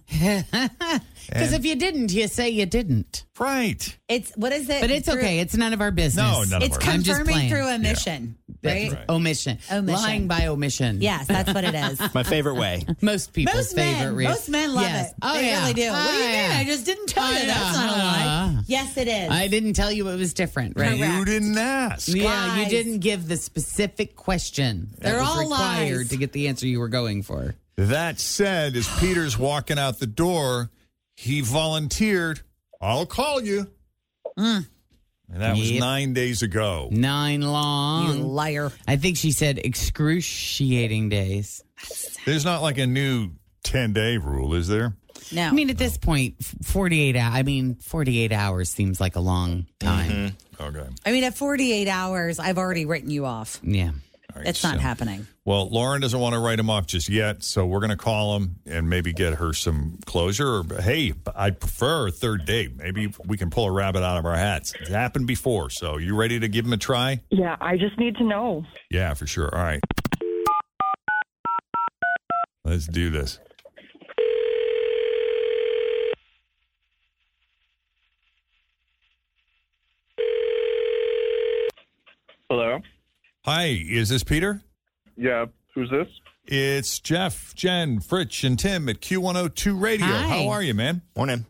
Speaker 2: Yes.
Speaker 3: Because if you didn't, you say you didn't.
Speaker 2: Right.
Speaker 4: It's what is it?
Speaker 3: But it's
Speaker 4: Through-
Speaker 3: okay. It's none of our business.
Speaker 2: No, none of
Speaker 4: It's
Speaker 2: our
Speaker 3: I'm just
Speaker 4: confirming
Speaker 3: playing.
Speaker 4: through omission,
Speaker 3: That's
Speaker 4: right?
Speaker 3: right. Omission.
Speaker 4: Omission.
Speaker 3: Lying by omission.
Speaker 4: Yes, that's what it is.
Speaker 13: My favorite way.
Speaker 3: Most people's
Speaker 4: Most
Speaker 3: favorite
Speaker 4: men,
Speaker 3: reason.
Speaker 4: most men love
Speaker 3: Yes.
Speaker 4: it.
Speaker 3: Oh,
Speaker 4: they
Speaker 3: yeah.
Speaker 4: really do. what do you
Speaker 3: Oh,
Speaker 4: mean?
Speaker 3: yeah.
Speaker 4: I just didn't tell
Speaker 3: Oh,
Speaker 4: you. That's not a
Speaker 3: yeah.
Speaker 4: lie. Yes, it is.
Speaker 3: I didn't tell you it was different, right?
Speaker 2: You didn't ask.
Speaker 3: Yeah, you
Speaker 4: Lies.
Speaker 3: didn't give the specific question. that
Speaker 4: They're
Speaker 3: was
Speaker 4: all lies.
Speaker 3: required to get the answer you were going for.
Speaker 2: That said, as Peter's walking out the door, he volunteered, I'll call you.
Speaker 4: Mm.
Speaker 2: And that was
Speaker 3: Yep.
Speaker 2: nine days ago.
Speaker 3: Nine long.
Speaker 4: you liar.
Speaker 3: I think she said excruciating days.
Speaker 2: There's not like a new 10 day rule, is there?
Speaker 4: No.
Speaker 3: I mean, at this point, f- 48 hours, I mean, 48 hours seems like a long time.
Speaker 2: Okay.
Speaker 4: I mean, at 48 hours, I've already written you off.
Speaker 3: Yeah.
Speaker 4: It's not happening.
Speaker 2: Well, Lauren doesn't want to write him off just yet, so we're going to call him and maybe get her some closure. Or hey, I'd prefer a third date. Maybe we can pull a rabbit out of our hats. It's happened before, so you ready to give him a try?
Speaker 12: Yeah, I just need to know.
Speaker 2: Yeah, for sure. All right, let's do this.
Speaker 14: Hello.
Speaker 2: Hi, is this Peter?
Speaker 14: Yeah. Who's this?
Speaker 2: It's Jeff, Jen, Fritch, and Tim at Q102 Radio.
Speaker 3: Hi.
Speaker 2: How are you, man?
Speaker 13: Morning.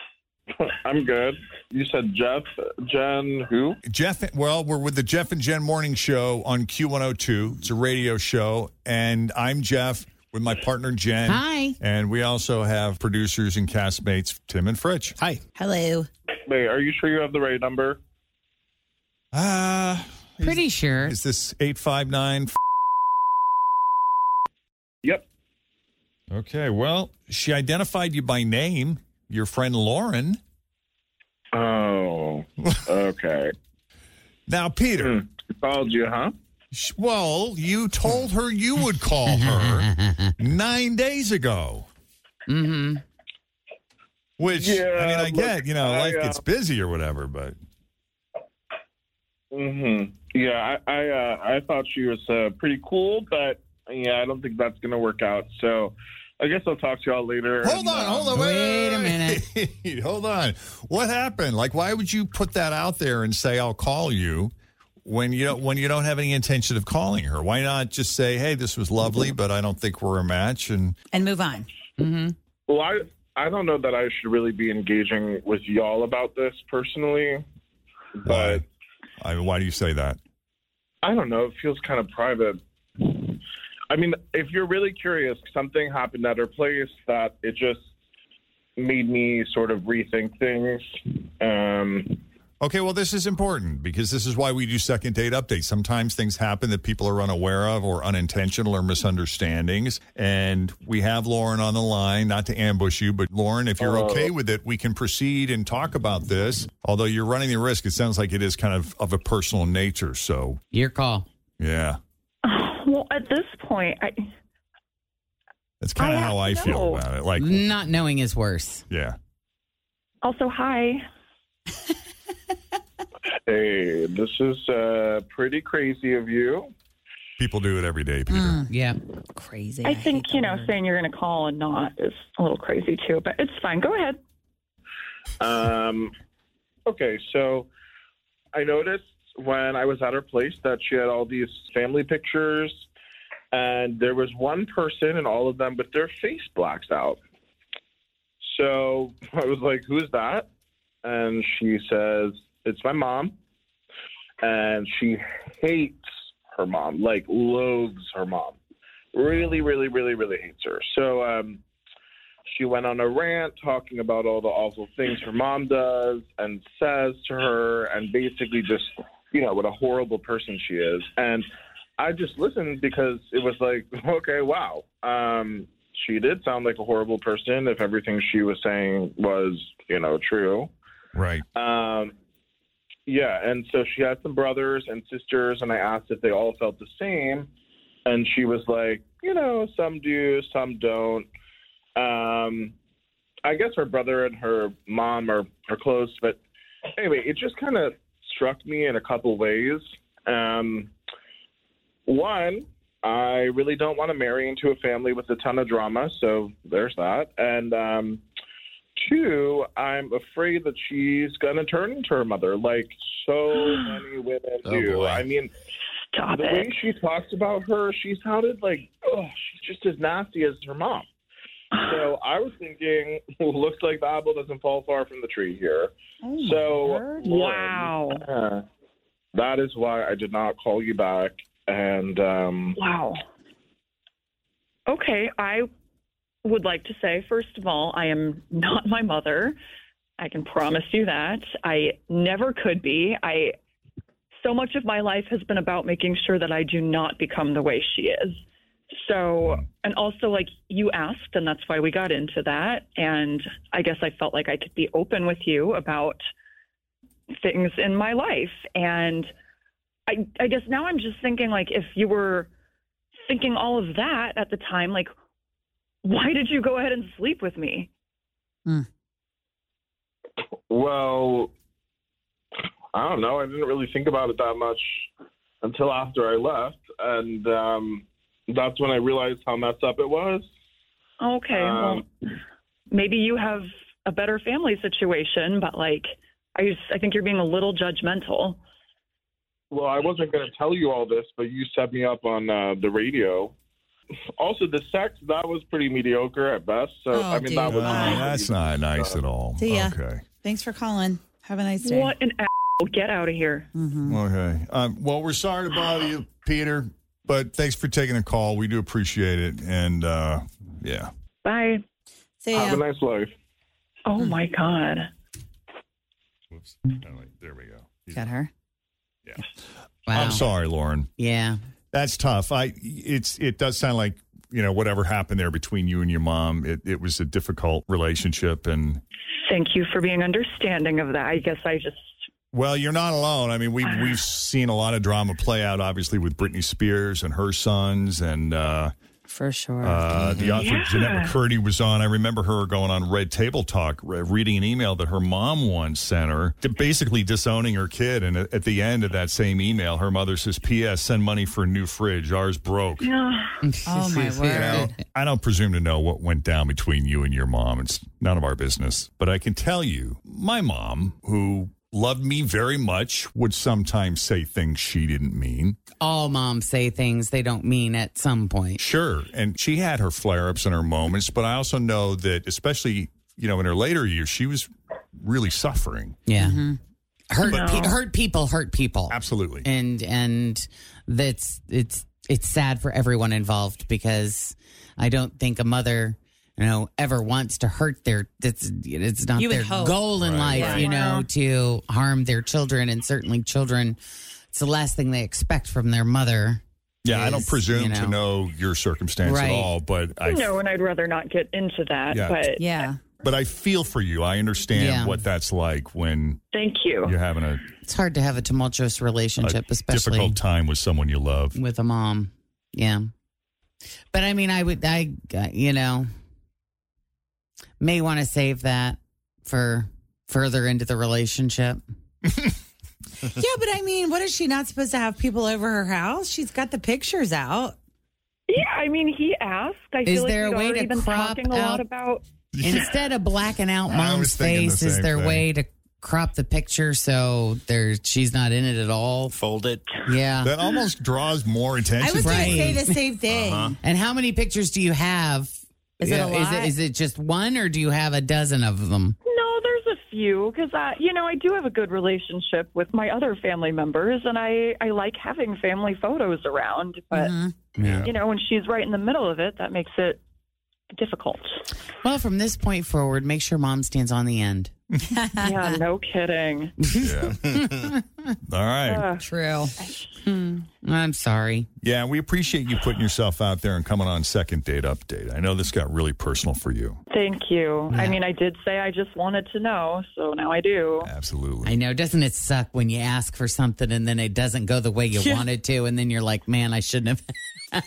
Speaker 14: I'm good. You said Jeff, Jen, who?
Speaker 2: Jeff, well, we're with the Jeff and Jen Morning Show on Q102. It's a radio show, and I'm Jeff with my partner Jen.
Speaker 3: Hi.
Speaker 2: And we also have producers and castmates Tim and Fritch.
Speaker 13: Hi.
Speaker 4: Hello.
Speaker 14: Wait, are you sure you have the right number?
Speaker 2: Uh,
Speaker 3: Pretty sure.
Speaker 2: is this 859?
Speaker 14: Yep.
Speaker 2: Okay, well, she identified you by name, your friend Lauren.
Speaker 14: Oh. Okay.
Speaker 2: Now, Peter,
Speaker 14: Hmm. Called you, huh?
Speaker 2: sh- well, you told her you would call her nine days ago.
Speaker 3: Mm-hmm.
Speaker 2: Which I
Speaker 14: Yeah,
Speaker 2: mean, I
Speaker 14: look,
Speaker 2: get you know,
Speaker 14: I,
Speaker 2: life
Speaker 14: uh,
Speaker 2: gets busy or whatever, but
Speaker 14: hmm Yeah. I I, uh, I thought she was uh, pretty cool, but yeah, I don't think that's gonna work out. So, I guess I'll talk to y'all later.
Speaker 2: hold
Speaker 14: and,
Speaker 2: on,
Speaker 14: uh,
Speaker 2: hold on, wait,
Speaker 3: Wait a
Speaker 2: minute, hold on. What happened? Like, why would you put that out there and say I'll call you when you don't when you don't have any intention of calling her? Why not just say, hey, this was lovely, but I don't think we're a match? And
Speaker 4: And move on.
Speaker 3: Mm-hmm.
Speaker 14: Well, I I don't know that I should really be engaging with y'all about this personally, but.
Speaker 2: why? I mean, why do you say that?
Speaker 14: I don't know. It feels kind of private. I mean, if you're really curious, something happened at her place that it just made me sort of rethink things. Um,
Speaker 2: Okay, well, this is important because this is why we do second date updates. Sometimes things happen that people are unaware of or unintentional or misunderstandings. And we have Lauren on the line, not to ambush you, but Lauren, if you're
Speaker 14: Oh.
Speaker 2: okay with it, we can proceed and talk about this. Although you're running the risk, it sounds like it is kind of of a personal nature. So,
Speaker 3: your call.
Speaker 2: Yeah,
Speaker 12: Well, at this point, I,
Speaker 2: that's kind of how I feel
Speaker 12: know.
Speaker 2: about it. Like,
Speaker 3: Not knowing is worse.
Speaker 2: yeah.
Speaker 12: also, hi.
Speaker 14: hey, this is uh, pretty crazy of you.
Speaker 2: People do it every day, Peter.
Speaker 4: Mm.
Speaker 3: yeah.
Speaker 4: Crazy.
Speaker 12: I think, you know, saying you're going to call and not is a little crazy too, but it's fine. Go ahead.
Speaker 14: Um, okay, so I noticed when I was at her place that she had all these family pictures, and there was one person in all of them, but their face blacks out. So I was like, "Who's that?" And she says, "It's my mom," and she hates her mom, like loathes her mom, really, really, really, really hates her. So. um she went on a rant talking about all the awful things her mom does and says to her and basically just you know what a horrible person she is and i just listened because it was like okay wow um she did sound like a horrible person if everything she was saying was you know true
Speaker 2: Right.
Speaker 14: um, yeah, and so she had some brothers and sisters, and I asked if they all felt the same, and she was like, you know, some do, some don't. Um, I guess her brother and her mom are are close, but anyway, it just kind of struck me in a couple ways. Um, one, I really don't want to marry into a family with a ton of drama, so there's that, and. Um, Two, I'm afraid that she's gonna turn into her mother, like so many women
Speaker 15: Oh,
Speaker 14: do.
Speaker 15: boy.
Speaker 14: I mean,
Speaker 12: Stop
Speaker 14: the
Speaker 12: it.
Speaker 14: way she talks about her, she sounded like oh, she's just as nasty as her mom. So I was thinking, looks like the apple doesn't fall far from the tree here. so Lauren,
Speaker 12: Wow.
Speaker 14: uh, that is why I did not call you back. And um,
Speaker 12: Wow. Okay, I would like to say, first of all, I am not my mother. I can promise you that. I never could be. I so much of my life has been about making sure that I do not become the way she is. So, and also like you asked and that's why we got into that and I guess I felt like I could be open with you about things in my life and I I guess now I'm just thinking like if you were thinking all of that at the time like why did you go ahead and sleep with me?
Speaker 14: Well, I don't know. I didn't really think about it that much until after I left, and um, that's when I realized how messed up it was.
Speaker 12: Okay, well
Speaker 14: Um,
Speaker 12: maybe you have a better family situation, but like I just, I think you're being a little judgmental.
Speaker 14: Well, I wasn't going to tell you all this, but you set me up on uh, the radio. Also, the sex that was pretty mediocre at best. So
Speaker 4: Oh,
Speaker 14: I mean, that
Speaker 4: dude.
Speaker 14: was
Speaker 4: Wow.
Speaker 2: That's not nice at all.
Speaker 4: See ya.
Speaker 2: Okay.
Speaker 4: Thanks for calling. Have a nice day.
Speaker 12: What an asshole. Get out of here.
Speaker 2: Okay. Um, well, we're sorry to bother you, Peter, but thanks for taking the call. We do appreciate it. And uh, yeah.
Speaker 12: Bye.
Speaker 4: See
Speaker 14: have a nice life.
Speaker 12: Oh my god.
Speaker 2: Whoops. Kinda like- There we go.
Speaker 4: Got her.
Speaker 2: Yeah.
Speaker 3: Wow.
Speaker 2: I'm sorry, Lauren.
Speaker 3: Yeah.
Speaker 2: That's tough. I it's it does sound like you know whatever happened there between you and your mom. It it was a difficult relationship, and
Speaker 12: Thank you for being understanding of that. I guess I just
Speaker 2: well, you're not alone. I mean, we we've seen a lot of drama play out, obviously, with Britney Spears and her sons, and uh,
Speaker 4: For sure.
Speaker 2: Uh, the author
Speaker 12: Yeah.
Speaker 2: Jeanette McCurdy was on. I remember her going on Red Table Talk, re- reading an email that her mom once sent her, to basically disowning her kid. And at at the end of that same email, her mother says, "P.S. Send money for a new fridge. Ours broke."
Speaker 4: Oh my
Speaker 2: You know,
Speaker 4: word.
Speaker 2: I don't presume to know what went down between you and your mom. It's none of our business. But I can tell you, my mom, who loved me very much, would sometimes say things she didn't mean.
Speaker 3: All moms say things they don't mean at some point.
Speaker 2: Sure. And she had her flare ups and her moments, but I also know that, especially, you know, in her later years, she was really suffering.
Speaker 3: Yeah.
Speaker 4: Mm-hmm.
Speaker 3: Hurt,
Speaker 2: But-
Speaker 3: pe- hurt people hurt people.
Speaker 2: Absolutely.
Speaker 3: And and that's it's it's sad for everyone involved because I don't think a mother, you know, ever wants to hurt their. It's it's not
Speaker 4: You would
Speaker 3: their
Speaker 4: hope.
Speaker 3: goal in
Speaker 4: Right.
Speaker 3: life,
Speaker 4: Right.
Speaker 3: you know, to harm their children, and certainly children. It's the last thing they expect from their mother.
Speaker 2: Yeah, I don't
Speaker 3: is,
Speaker 2: presume
Speaker 3: you
Speaker 2: to know your circumstance
Speaker 3: Right.
Speaker 2: at all, but I
Speaker 12: no, and I'd rather not get into that.
Speaker 2: Yeah.
Speaker 12: But
Speaker 4: yeah,
Speaker 2: but I feel for you. I understand
Speaker 3: Yeah.
Speaker 2: what that's like when
Speaker 12: thank you.
Speaker 2: you're having a,
Speaker 3: It's hard to have a tumultuous
Speaker 2: a
Speaker 3: relationship, especially
Speaker 2: difficult time with someone you love.
Speaker 3: with a mom. Yeah. But I mean, I would, I, uh, you know, may want to save that for further into the relationship.
Speaker 4: yeah, but I mean, what is she not supposed to have people over her house? She's got the pictures out.
Speaker 12: Yeah, I mean, he asked. I
Speaker 3: Is
Speaker 12: feel like
Speaker 3: there a
Speaker 12: we'd
Speaker 3: way to
Speaker 12: already been
Speaker 3: crop
Speaker 12: talking a lot
Speaker 3: out-
Speaker 12: about.
Speaker 3: Instead of blacking out
Speaker 2: I was
Speaker 3: mom's
Speaker 2: thinking the
Speaker 3: face, is
Speaker 2: same
Speaker 3: there a
Speaker 2: thing.
Speaker 3: way to crop the picture so there she's not in it at all?
Speaker 13: Fold it.
Speaker 3: Yeah.
Speaker 2: That almost draws more attention.
Speaker 4: I was
Speaker 2: to
Speaker 4: going
Speaker 2: it.
Speaker 4: to say the same thing.
Speaker 2: Uh-huh.
Speaker 3: And how many pictures do you have?
Speaker 4: Is it a
Speaker 3: Yeah,
Speaker 4: lot?
Speaker 3: Is it, is it just one or do you have a dozen of them?
Speaker 12: No, there's a few because I, you know, I do have a good relationship with my other family members, and I, I like having family photos around. But
Speaker 3: Mm-hmm.
Speaker 2: Yeah.
Speaker 12: you know, when she's right in the middle of it, that makes it difficult.
Speaker 3: Well, from this point forward, make sure mom stands on the end.
Speaker 12: yeah, no kidding.
Speaker 2: Yeah. All right.
Speaker 12: Ugh.
Speaker 4: True.
Speaker 3: I'm sorry.
Speaker 2: Yeah, we appreciate you putting yourself out there and coming on Second Date Update. I know this got really personal for you.
Speaker 12: Thank you. I
Speaker 3: Yeah.
Speaker 12: mean, I did say I just wanted to know, so now I do.
Speaker 2: Absolutely.
Speaker 3: I know. Doesn't it suck when you ask for something and then it doesn't go the way you
Speaker 2: Yeah.
Speaker 3: wanted to, and then you're like, "Man, I shouldn't have."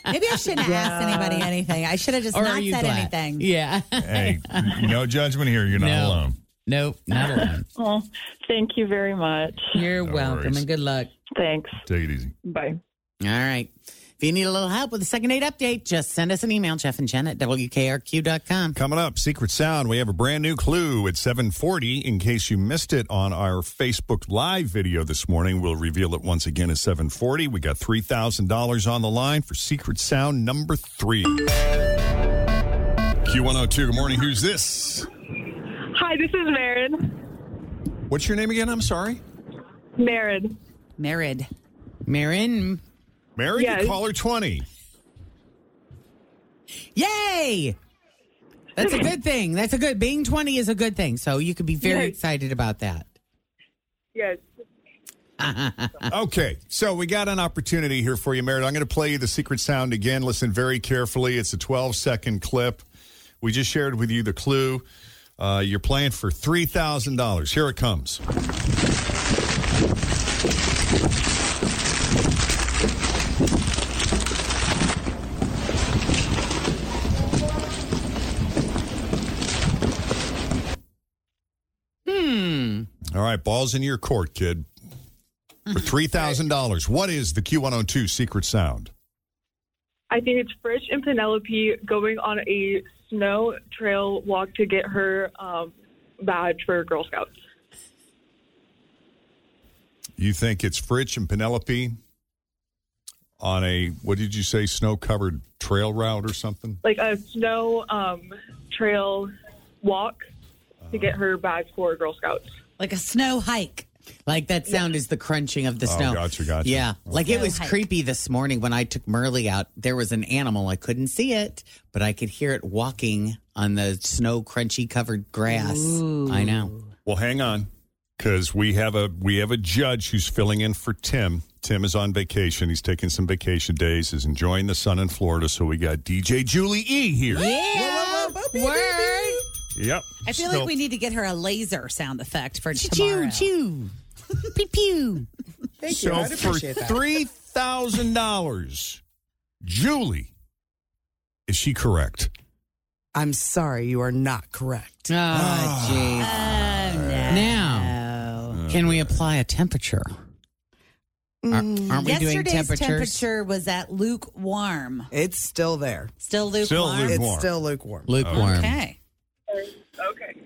Speaker 4: Maybe I shouldn't ask anybody anything. I should have just
Speaker 3: Or are
Speaker 4: not
Speaker 3: you
Speaker 4: said
Speaker 3: glad?
Speaker 4: anything.
Speaker 3: Yeah.
Speaker 2: Hey, no judgment here. You're not
Speaker 3: No.
Speaker 2: alone.
Speaker 3: nope. Not alone.
Speaker 12: Oh, thank you very much.
Speaker 3: You're
Speaker 2: No
Speaker 3: welcome
Speaker 2: worries.
Speaker 3: and good luck.
Speaker 12: Thanks.
Speaker 2: Take it easy.
Speaker 12: Bye.
Speaker 3: All right. If you need a little help with the second aid update, just send us an email, Jeff and Jen at WKRQ.com.
Speaker 2: Coming up, Secret Sound. We have a brand new clue at 740. In case you missed it on our Facebook Live video this morning, we'll reveal it once again at 740. We got $3,000 on the line for Secret Sound number three. Q102, good morning. Who's this?
Speaker 15: Hi, this is Marin.
Speaker 2: What's your name again? I'm sorry.
Speaker 15: Marin.
Speaker 4: Married.
Speaker 3: Marin.
Speaker 2: Mary,
Speaker 15: Yes.
Speaker 2: you caller 20.
Speaker 3: Yay! That's a good thing. That's a good being 20 is a good thing. So you could be very
Speaker 15: Yes.
Speaker 3: excited about that.
Speaker 15: Yes.
Speaker 2: Okay, so we got an opportunity here for you, Merritt. I'm going to play you the secret sound again. Listen very carefully. It's a 12 second clip. We just shared with you the clue. Uh, you're playing for $3,000. Here it comes.
Speaker 3: Hmm.
Speaker 2: All right, ball's in your court, kid. For
Speaker 4: Mm-hmm.
Speaker 2: $3,000, what is the Q102 secret sound?
Speaker 15: I think it's Frisch and Penelope going on a snow trail walk to get her um, badge for Girl Scouts.
Speaker 2: You think it's Fritch and Penelope on a, what did you say, snow covered trail route or something?
Speaker 15: Like a snow um, trail walk to get her badge for Girl Scouts.
Speaker 4: Like a snow hike.
Speaker 3: Like that sound is the crunching of the
Speaker 2: Oh,
Speaker 3: snow.
Speaker 2: gotcha, gotcha.
Speaker 3: Yeah. Like it
Speaker 4: Okay.
Speaker 3: was creepy this morning when I took Merle out. There was an animal. I couldn't see it, but I could hear it walking on the snow crunchy covered grass. I know.
Speaker 2: Well, hang on, because we have a we have a judge who's filling in for Tim. Tim is on vacation. He's taking some vacation days. Is enjoying the sun in Florida. So we got DJ Julie E here.
Speaker 4: Yeah. Word.
Speaker 2: Yep.
Speaker 4: I feel
Speaker 2: Still-
Speaker 4: like we need to get her a laser sound effect for tomorrow.
Speaker 3: Choo choo. Pew pew.
Speaker 4: Thank
Speaker 2: so for three thousand dollars, Julie, is she correct?
Speaker 16: I'm sorry, you are not
Speaker 2: Ah.
Speaker 16: correct.
Speaker 3: Oh, jeez.
Speaker 4: Uh,
Speaker 3: Now, can we apply a temperature? Are, not we doing
Speaker 4: Mm, Yesterday's
Speaker 3: temperatures?
Speaker 4: temperature was at lukewarm.
Speaker 16: It's still there.
Speaker 4: Still lukewarm.
Speaker 2: Still lukewarm.
Speaker 16: It's still lukewarm.
Speaker 3: Lukewarm.
Speaker 4: Okay.
Speaker 15: Okay.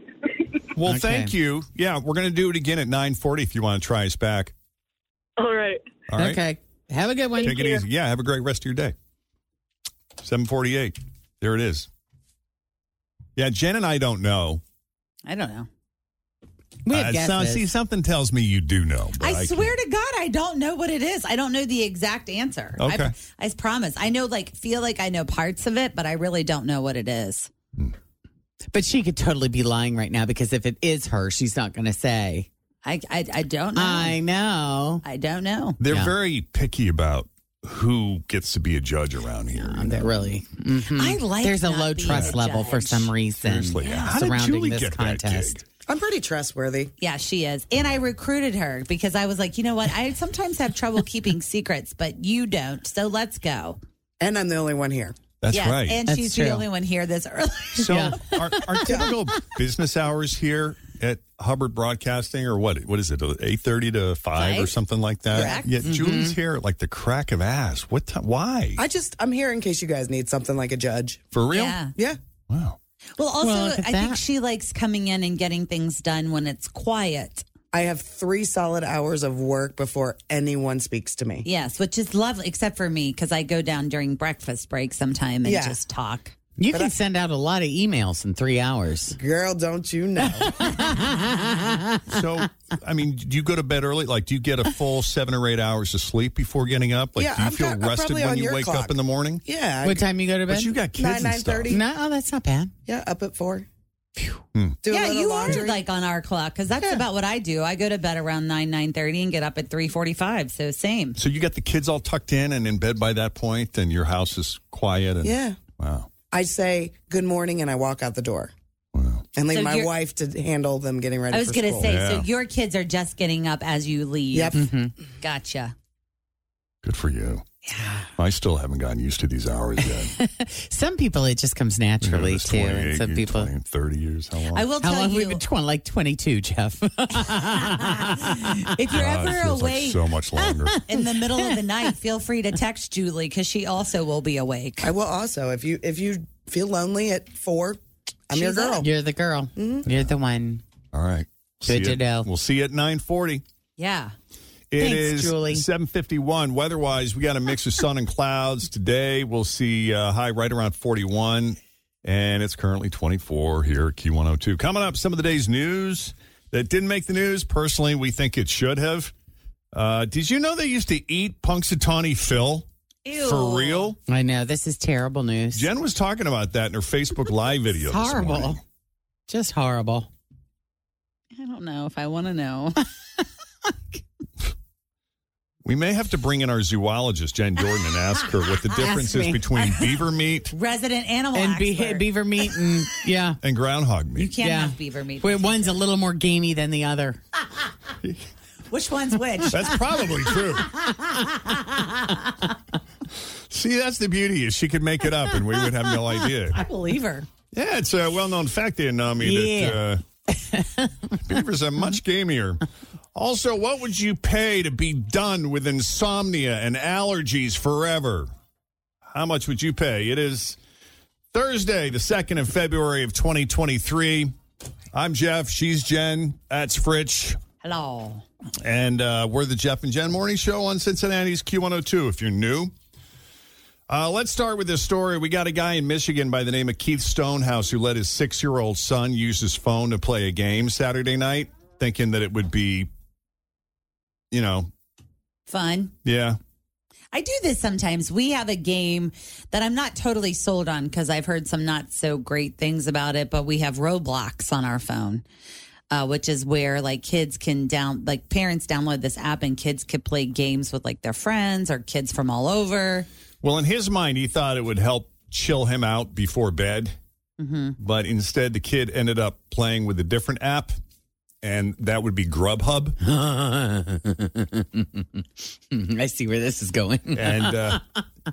Speaker 2: Well,
Speaker 3: Okay.
Speaker 2: thank you. Yeah, we're gonna do it again at nine forty. If you want to try us back,
Speaker 15: All right.
Speaker 2: all right.
Speaker 3: Okay. Have a good one.
Speaker 2: Take it
Speaker 15: you.
Speaker 2: easy. Yeah, have a great rest of your day. 748. There it is. Yeah, Jen and I don't know.
Speaker 4: I don't know. We have
Speaker 2: Uh, it sounds-
Speaker 4: guesses.
Speaker 2: see, something tells me you do know. but
Speaker 4: I swear to God, I don't know what it is. I don't know the exact answer.
Speaker 2: Okay.
Speaker 4: I, I promise. I know, like, feel like I know parts of it, but I really don't know what it is.
Speaker 3: But she could totally be lying right now because if it is her, she's not going to say.
Speaker 4: I, I, I don't know. I
Speaker 3: know.
Speaker 4: I don't know.
Speaker 2: They're very picky about who gets to be a judge around here.
Speaker 3: They're really.
Speaker 4: I like
Speaker 3: Hmm. There's a
Speaker 4: not
Speaker 3: low
Speaker 4: being
Speaker 3: trust
Speaker 4: a
Speaker 3: level for some reason
Speaker 2: Seriously, how did
Speaker 3: surrounding
Speaker 2: Julie
Speaker 3: this
Speaker 2: get that
Speaker 3: contest.
Speaker 4: I'm pretty trustworthy. Yeah, she is. And I recruited her because I was like, you know what? I sometimes have trouble keeping secrets, but you don't. So let's go.
Speaker 16: And I'm the only one here.
Speaker 2: That's right.
Speaker 4: And she's the only one here this early.
Speaker 2: So our, our typical business hours here at Hubbard Broadcasting or what? What is it? uh, Eight thirty to five, or
Speaker 16: Five?
Speaker 2: something like that.
Speaker 16: Correct.
Speaker 2: Yeah,
Speaker 16: Mhm.
Speaker 2: Julie's here at like the crack of ass. What? time? why?
Speaker 16: I just, I'm here in case you guys need something like a judge.
Speaker 2: For real?
Speaker 4: Yeah.
Speaker 16: Yeah.
Speaker 4: Well, also,
Speaker 16: Well, look
Speaker 4: I
Speaker 16: at
Speaker 4: think
Speaker 16: that.
Speaker 4: she likes coming in and getting things done when it's quiet.
Speaker 16: I have three solid hours of work before anyone speaks to me.
Speaker 4: Yes, which is lovely, except for me because I go down during breakfast break sometime and just talk.
Speaker 3: You can send out a lot of emails in three hours.
Speaker 16: Girl, don't you know?
Speaker 2: so, I mean, do you go to bed early? Like, do you get a full seven or eight hours of sleep before getting up? Like,
Speaker 16: Yeah,
Speaker 2: do you
Speaker 16: I'm
Speaker 2: feel
Speaker 16: prob- I'm
Speaker 2: rested
Speaker 16: probably
Speaker 2: when
Speaker 16: on
Speaker 2: you
Speaker 16: your
Speaker 2: wake up
Speaker 16: clock.
Speaker 2: in the morning?
Speaker 16: Yeah.
Speaker 3: What time you go to bed?
Speaker 2: But you got kids
Speaker 16: Nine,
Speaker 2: and
Speaker 16: nine
Speaker 2: stuff.
Speaker 16: thirty.
Speaker 3: No, oh, that's not bad.
Speaker 16: Yeah, up at four.
Speaker 17: Hmm.
Speaker 16: Do a
Speaker 4: Yeah,
Speaker 16: little
Speaker 4: you
Speaker 16: laundry.
Speaker 4: are like on our clock because that's about what I do. I go to bed around nine nine thirty and get up at three forty five. So same.
Speaker 2: So you got the kids all tucked in and in bed by that point, and your house is quiet. And
Speaker 16: Yeah.
Speaker 2: Wow.
Speaker 16: I say good morning and I walk out the door. And leave
Speaker 4: So
Speaker 16: my
Speaker 4: you're-
Speaker 16: wife to handle them getting ready
Speaker 4: I was
Speaker 16: for
Speaker 4: gonna
Speaker 16: school.
Speaker 4: say, Mm-hmm. so your kids are just getting up as you leave.
Speaker 16: Yep.
Speaker 4: Gotcha.
Speaker 2: Good for you. I still haven't gotten used to these hours yet.
Speaker 3: Some people, it just comes naturally, too. And some people.
Speaker 2: 30 years. How long?
Speaker 4: I will
Speaker 3: How
Speaker 4: tell
Speaker 3: long have we
Speaker 4: you-
Speaker 3: been 20, like 22, Jeff.
Speaker 4: If you're
Speaker 3: God, it
Speaker 4: ever
Speaker 3: feels like
Speaker 4: awake
Speaker 3: so much longer.
Speaker 4: in the middle of the night, feel free to text Julie because she also will be awake.
Speaker 16: I will also if you if you feel lonely at four, I'm your
Speaker 4: She's
Speaker 16: girl.
Speaker 4: up.
Speaker 3: You're the girl.
Speaker 4: Mm-hmm.
Speaker 3: You're the one.
Speaker 2: All right.
Speaker 3: Good
Speaker 2: See
Speaker 3: to
Speaker 2: you-
Speaker 3: know.
Speaker 2: We'll see you at 940.
Speaker 4: Yeah.
Speaker 2: It
Speaker 3: Thanks,
Speaker 2: is
Speaker 3: Julie.
Speaker 2: 751. Weather-wise, we got a mix of sun and clouds today. We'll see uh, high right around 41, and it's currently 24 here at Q102. Coming up, some of the day's news that didn't make the news. Personally, we think it should have. Uh, did you know they used to eat Punxsutawney Phil? For real?
Speaker 3: I know. This is terrible news.
Speaker 2: Jen was talking about that in her Facebook Live video.
Speaker 3: It's
Speaker 2: this morning.
Speaker 3: horrible. Just horrible.
Speaker 4: I don't know if I want to know.
Speaker 2: We may have to bring in our zoologist, Jen Jordan, and ask her what the
Speaker 4: Ask
Speaker 2: difference is
Speaker 4: me.
Speaker 2: between beaver meat
Speaker 4: Resident animal
Speaker 3: and be-
Speaker 4: expert.
Speaker 3: beaver meat and yeah,
Speaker 2: and groundhog meat.
Speaker 4: You can't
Speaker 3: Yeah.
Speaker 4: have beaver meat.
Speaker 3: where one's a little more gamey than the other.
Speaker 4: Which one's which?
Speaker 2: That's probably true. See, that's the beauty is she could make it up, and we would have no idea.
Speaker 4: I believe her.
Speaker 2: Yeah, it's a well-known fact there, Nami, that uh, beavers are much gamier. Also, what would you pay to be done with insomnia and allergies forever? How much would you pay? It is Thursday, the 2nd of February of 2023. I'm Jeff. She's Jen. That's Fritch.
Speaker 4: Hello.
Speaker 2: And uh, we're the Jeff and Jen Morning Show on Cincinnati's Q102. If you're new, uh, let's start with this story. We got a guy in Michigan by the name of Keith Stonehouse who let his six year old son use his phone to play a game Saturday night, thinking that it would be, you know,
Speaker 4: Fun.
Speaker 2: yeah.
Speaker 4: I do this sometimes. We have a game that I'm not totally sold on because I've heard some not so great things about it, but we have Roblox on our phone, uh, which is where like kids can down, like parents download this app and kids could play games with like their friends or kids from all over.
Speaker 2: Well, in his mind, he thought it would help chill him out before bed.
Speaker 4: Mm-hmm.
Speaker 2: But instead, the kid ended up playing with a different app, and that would be Grubhub.
Speaker 3: I see where this is going.
Speaker 2: and uh,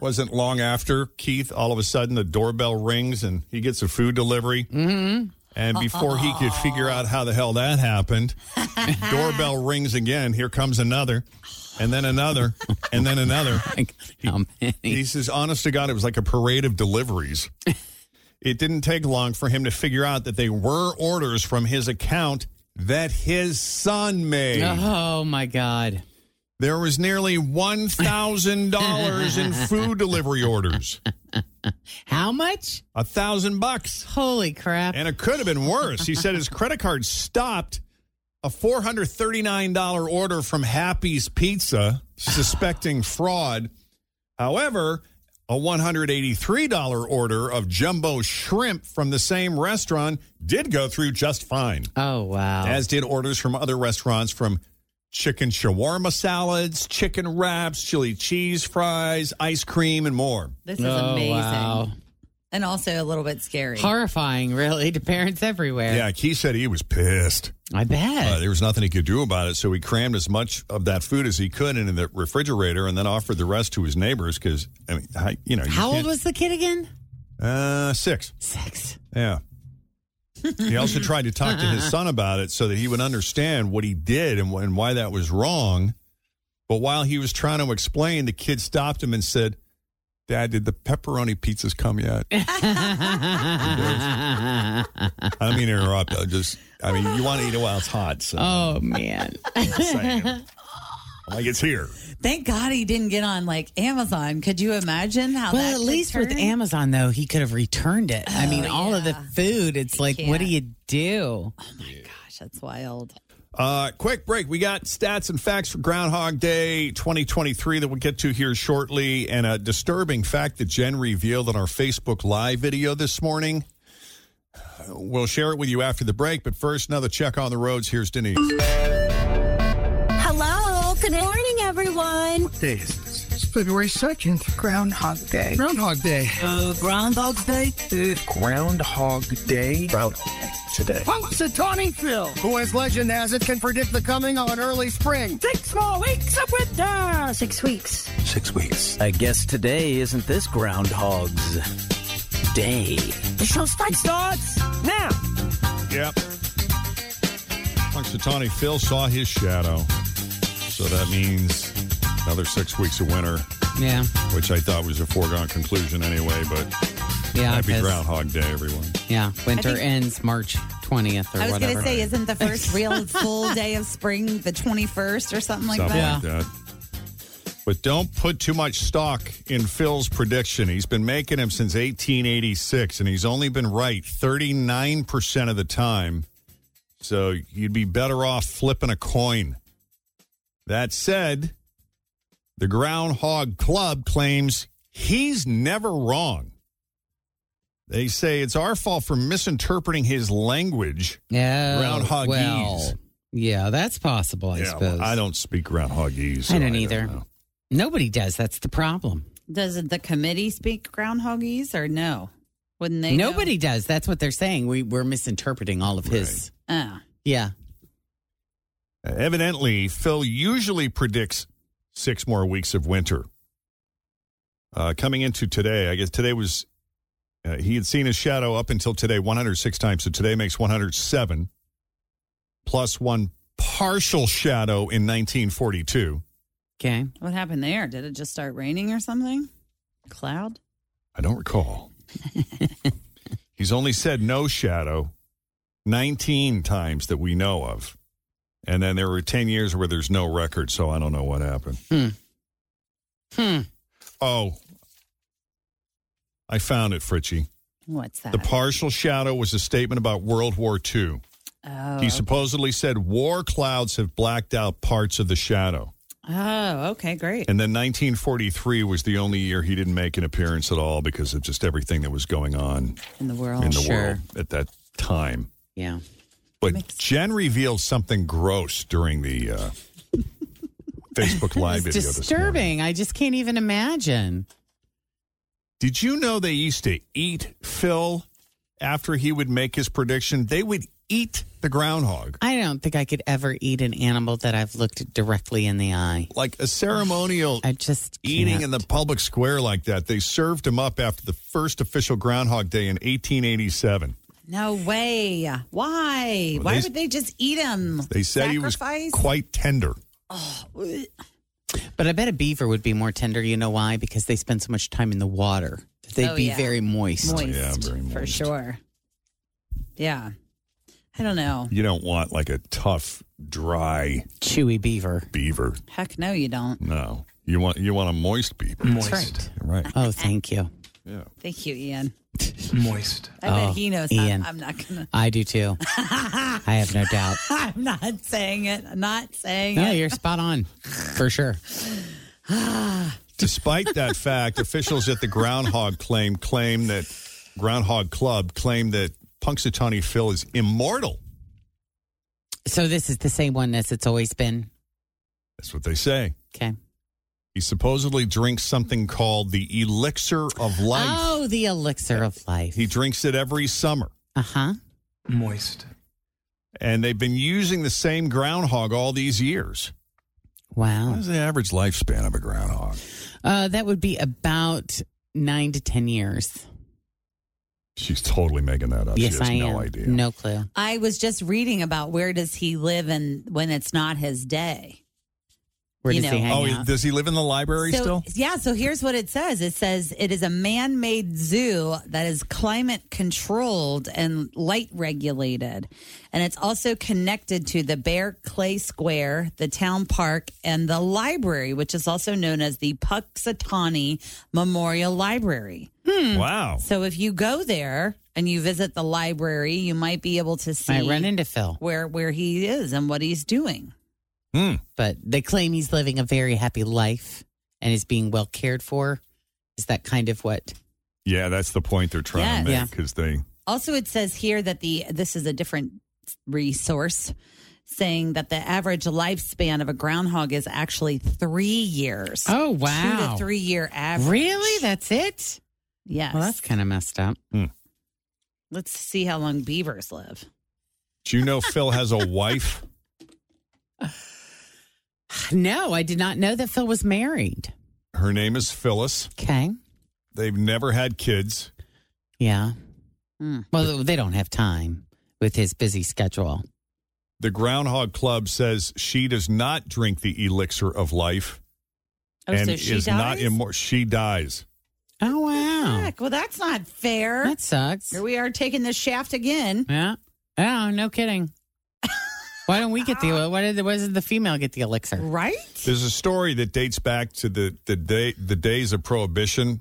Speaker 2: wasn't long after Keith, all of a sudden the doorbell rings and he gets a food delivery. Mm-hmm. And before he could figure out how the hell that happened, doorbell rings again. Here comes another, and then another, and then another.
Speaker 3: How many?
Speaker 2: He says, honest to God, it was like a parade of deliveries. it didn't take long for him to figure out that they were orders from his account that his son made.
Speaker 3: oh my god.
Speaker 2: There was nearly one thousand dollars in food delivery orders.
Speaker 3: How much?
Speaker 2: A thousand bucks.
Speaker 3: Holy crap.
Speaker 2: And it could have been worse. He said his credit card stopped a $439 order from Happy's Pizza suspecting fraud. However, a $183 order of jumbo shrimp from the same restaurant did go through just fine.
Speaker 3: Oh, wow.
Speaker 2: As did orders from other restaurants from chicken shawarma salads, chicken wraps, chili cheese fries, ice cream, and more.
Speaker 4: This
Speaker 3: Oh,
Speaker 4: is amazing. And also a little bit scary.
Speaker 3: Horrifying, really, to parents everywhere.
Speaker 2: Yeah, Key said he was pissed.
Speaker 3: I bet.
Speaker 2: Uh, there was nothing he could do about it, so he crammed as much of that food as he could into the refrigerator and then offered the rest to his neighbors because, I mean, I- you know. You
Speaker 3: How old
Speaker 2: can't-
Speaker 3: was the kid again?
Speaker 2: Uh, six.
Speaker 3: Six.
Speaker 2: Yeah. He also tried to talk to his son about it so that he would understand what he did and, wh- and why that was wrong. But while he was trying to explain, the kid stopped him and said, Dad, did the pepperoni pizzas come yet? I don't mean to interrupt. I just, I mean, you want to eat it while it's hot. So.
Speaker 3: Oh, man.
Speaker 2: Like it's here.
Speaker 4: Thank God he didn't get on like Amazon. Could you imagine how that Oh,
Speaker 3: well, at
Speaker 4: could
Speaker 3: least with
Speaker 4: turn?
Speaker 3: Amazon, though, he could have returned it. I mean, all of the food, it's like, what do you do?
Speaker 4: Gosh, that's wild.
Speaker 2: Uh, quick break. We got stats and facts for Groundhog Day 2023 that we'll get to here shortly, and a disturbing fact that Jen revealed on our Facebook Live video this morning. We'll share it with you after the break, but first, another check on the roads. Here's Denise.
Speaker 18: Hello. Good morning, everyone.
Speaker 19: It's February 2nd, Groundhog Day. Groundhog Day.
Speaker 3: Oh,
Speaker 19: Uh, Groundhog Day?
Speaker 20: Groundhog Day. Groundhog today.
Speaker 19: Punks at Tawnyville, who as legend has it can predict the coming of an early spring. Six more weeks of winter. Six weeks.
Speaker 20: Six weeks. I guess today isn't this Groundhog's Day.
Speaker 19: The show starts. Starts now.
Speaker 2: Yep. Punxsutawney Phil saw his shadow, so that means another six weeks of winter.
Speaker 3: Yeah.
Speaker 2: Which I thought was a foregone conclusion anyway, but
Speaker 3: Yeah,
Speaker 2: happy
Speaker 3: 'cause-
Speaker 2: Groundhog Day, everyone.
Speaker 3: Yeah, winter
Speaker 4: I think-
Speaker 3: ends March 20th or
Speaker 4: I was
Speaker 3: whatever.
Speaker 4: going to say, isn't the first real full day of spring the 21st or something like
Speaker 2: something like
Speaker 4: that?
Speaker 2: that. But don't put too much stock in Phil's prediction. He's been making him since 1886, and he's only been right 39% of the time. So you'd be better off flipping a coin. That said, the Groundhog Club claims he's never wrong. They say it's our fault for misinterpreting his language.
Speaker 3: Yeah.
Speaker 2: Groundhogese.
Speaker 3: Oh, Well, yeah, that's possible, I
Speaker 2: Yeah, well,
Speaker 3: suppose.
Speaker 2: I don't speak Groundhogese. so
Speaker 3: I don't either. Nobody does. That's the problem.
Speaker 4: Doesn't the committee speak groundhoggies or no? Wouldn't they? know?
Speaker 3: Nobody does. That's what they're saying. We, we're misinterpreting all of his.
Speaker 4: Oh.
Speaker 3: Yeah.
Speaker 2: Evidently, Phil usually predicts six more weeks of winter. Uh, coming into today, I guess today was, uh, he had seen his shadow up until today 106 times. So today makes 107, plus one partial shadow in 1942.
Speaker 3: Okay.
Speaker 4: What happened there? Did it just start raining or something? Cloud?
Speaker 2: I don't recall. He's only said no shadow 19 times that we know of. And then there were 10 years where there's no record. So I don't know what happened.
Speaker 3: Hmm. Hmm.
Speaker 2: Oh, I found it, Fritchie.
Speaker 4: What's that?
Speaker 2: The partial shadow was a statement about World War II.
Speaker 4: oh.
Speaker 2: he supposedly said war clouds have blacked out parts of the shadow.
Speaker 4: oh, okay, great.
Speaker 2: And then 1943 was the only year he didn't make an appearance at all because of just everything that was going on
Speaker 4: In the
Speaker 3: Oh,
Speaker 4: world.
Speaker 2: in the world at that time.
Speaker 3: Yeah.
Speaker 2: But Jen revealed something gross during the uh, Facebook Live
Speaker 3: It's
Speaker 2: video. This morning.
Speaker 3: disturbing. I just can't even imagine.
Speaker 2: Did you know they used to eat Phil after he would make his prediction? They would eat the groundhog.
Speaker 3: I don't think I could ever eat an animal that I've looked directly in the eye.
Speaker 2: Like a ceremonial
Speaker 3: I just
Speaker 2: eating
Speaker 3: can't.
Speaker 2: in the public square like that. They served him up after the first official Groundhog Day in 1887.
Speaker 4: No way. Why?
Speaker 2: Well,
Speaker 4: Why
Speaker 2: they-
Speaker 4: would they just eat him?
Speaker 2: They said he was
Speaker 4: Sacrifice?
Speaker 2: quite tender.
Speaker 3: But I bet a beaver would be more tender. You know why? Because they spend so much time in the water. They'd
Speaker 4: Oh,
Speaker 3: be
Speaker 4: yeah.
Speaker 3: very moist.
Speaker 4: Moist, for sure. Yeah. I don't know.
Speaker 2: You don't want like a tough, dry
Speaker 3: Chewy beaver.
Speaker 2: beaver.
Speaker 4: Heck no, you don't.
Speaker 2: No. You want you want a moist beaver.
Speaker 3: Moist. That's right.
Speaker 2: Right.
Speaker 3: Oh, thank you.
Speaker 2: Yeah.
Speaker 4: Thank you, Ian.
Speaker 3: Moist.
Speaker 4: I bet he knows. I'm-
Speaker 3: Oh, Ian,
Speaker 4: I'm not gonna.
Speaker 3: I do too. I have no doubt.
Speaker 4: I'm not saying it. I'm not saying
Speaker 3: No,
Speaker 4: it.
Speaker 3: you're spot on for sure.
Speaker 2: Despite that fact, officials at the Groundhog claim claim that Groundhog Club claim that Punxsutawney Phil is immortal.
Speaker 3: So this is the same one as it's always been.
Speaker 2: That's what they say.
Speaker 3: Okay.
Speaker 2: He supposedly drinks something called the elixir of life.
Speaker 3: Oh, the elixir of life.
Speaker 2: He drinks it every summer.
Speaker 3: Uh huh.
Speaker 2: Moist. And they've been using the same groundhog all these years.
Speaker 3: Wow.
Speaker 2: What is the average lifespan of a groundhog?
Speaker 3: Uh, that would be about nine to ten years.
Speaker 2: She's totally making that up.
Speaker 3: yes,
Speaker 2: she has
Speaker 3: I am.
Speaker 2: no idea.
Speaker 3: No clue.
Speaker 4: I was just reading about where does he live and when it's not his day.
Speaker 3: Where
Speaker 4: You
Speaker 3: does he
Speaker 4: know.
Speaker 3: hang
Speaker 2: oh,
Speaker 3: out?
Speaker 2: does he live in the library
Speaker 4: so,
Speaker 2: still?
Speaker 4: Yeah, so here's what it says. It says it is a man-made zoo that is climate controlled and light regulated. And it's also connected to the Bear Clay Square, the town park, and the library, which is also known as the Puxatawny Memorial Library.
Speaker 3: hmm.
Speaker 2: Wow.
Speaker 4: So if you go there and you visit the library, you might be able to see
Speaker 3: I run into Phil,
Speaker 4: where where he is and what he's doing.
Speaker 3: but they claim he's living a very happy life and is being well cared for. Is that kind of what?
Speaker 2: Yeah, that's the point they're trying to
Speaker 4: Yes.
Speaker 2: make because they
Speaker 4: Also, it says here that the this is a different resource saying that the average lifespan of a groundhog is actually three years.
Speaker 3: Oh,
Speaker 4: Two
Speaker 3: wow.
Speaker 4: to three year average.
Speaker 3: Really? That's it?
Speaker 4: Yes.
Speaker 3: Well, that's kind of messed up.
Speaker 4: Let's see how long beavers live.
Speaker 2: Do you know Phil has a wife?
Speaker 3: No, I did not know that Phil was married.
Speaker 2: Her name is Phyllis.
Speaker 3: Okay.
Speaker 2: They've never had kids.
Speaker 3: Yeah. Well, they don't have time with his busy schedule.
Speaker 2: The Groundhog Club says she does not drink the elixir of life
Speaker 4: Oh,
Speaker 2: and
Speaker 4: so she
Speaker 2: is not
Speaker 4: dies?
Speaker 2: immortal. She dies.
Speaker 3: Oh, wow.
Speaker 4: Heck, well, that's not fair.
Speaker 3: That sucks.
Speaker 4: here we are taking the shaft again.
Speaker 3: Yeah. Oh, no kidding. why don't we get the why did why doesn't the female get the elixir?
Speaker 4: Right?
Speaker 2: There's a story that dates back to the the day the days of prohibition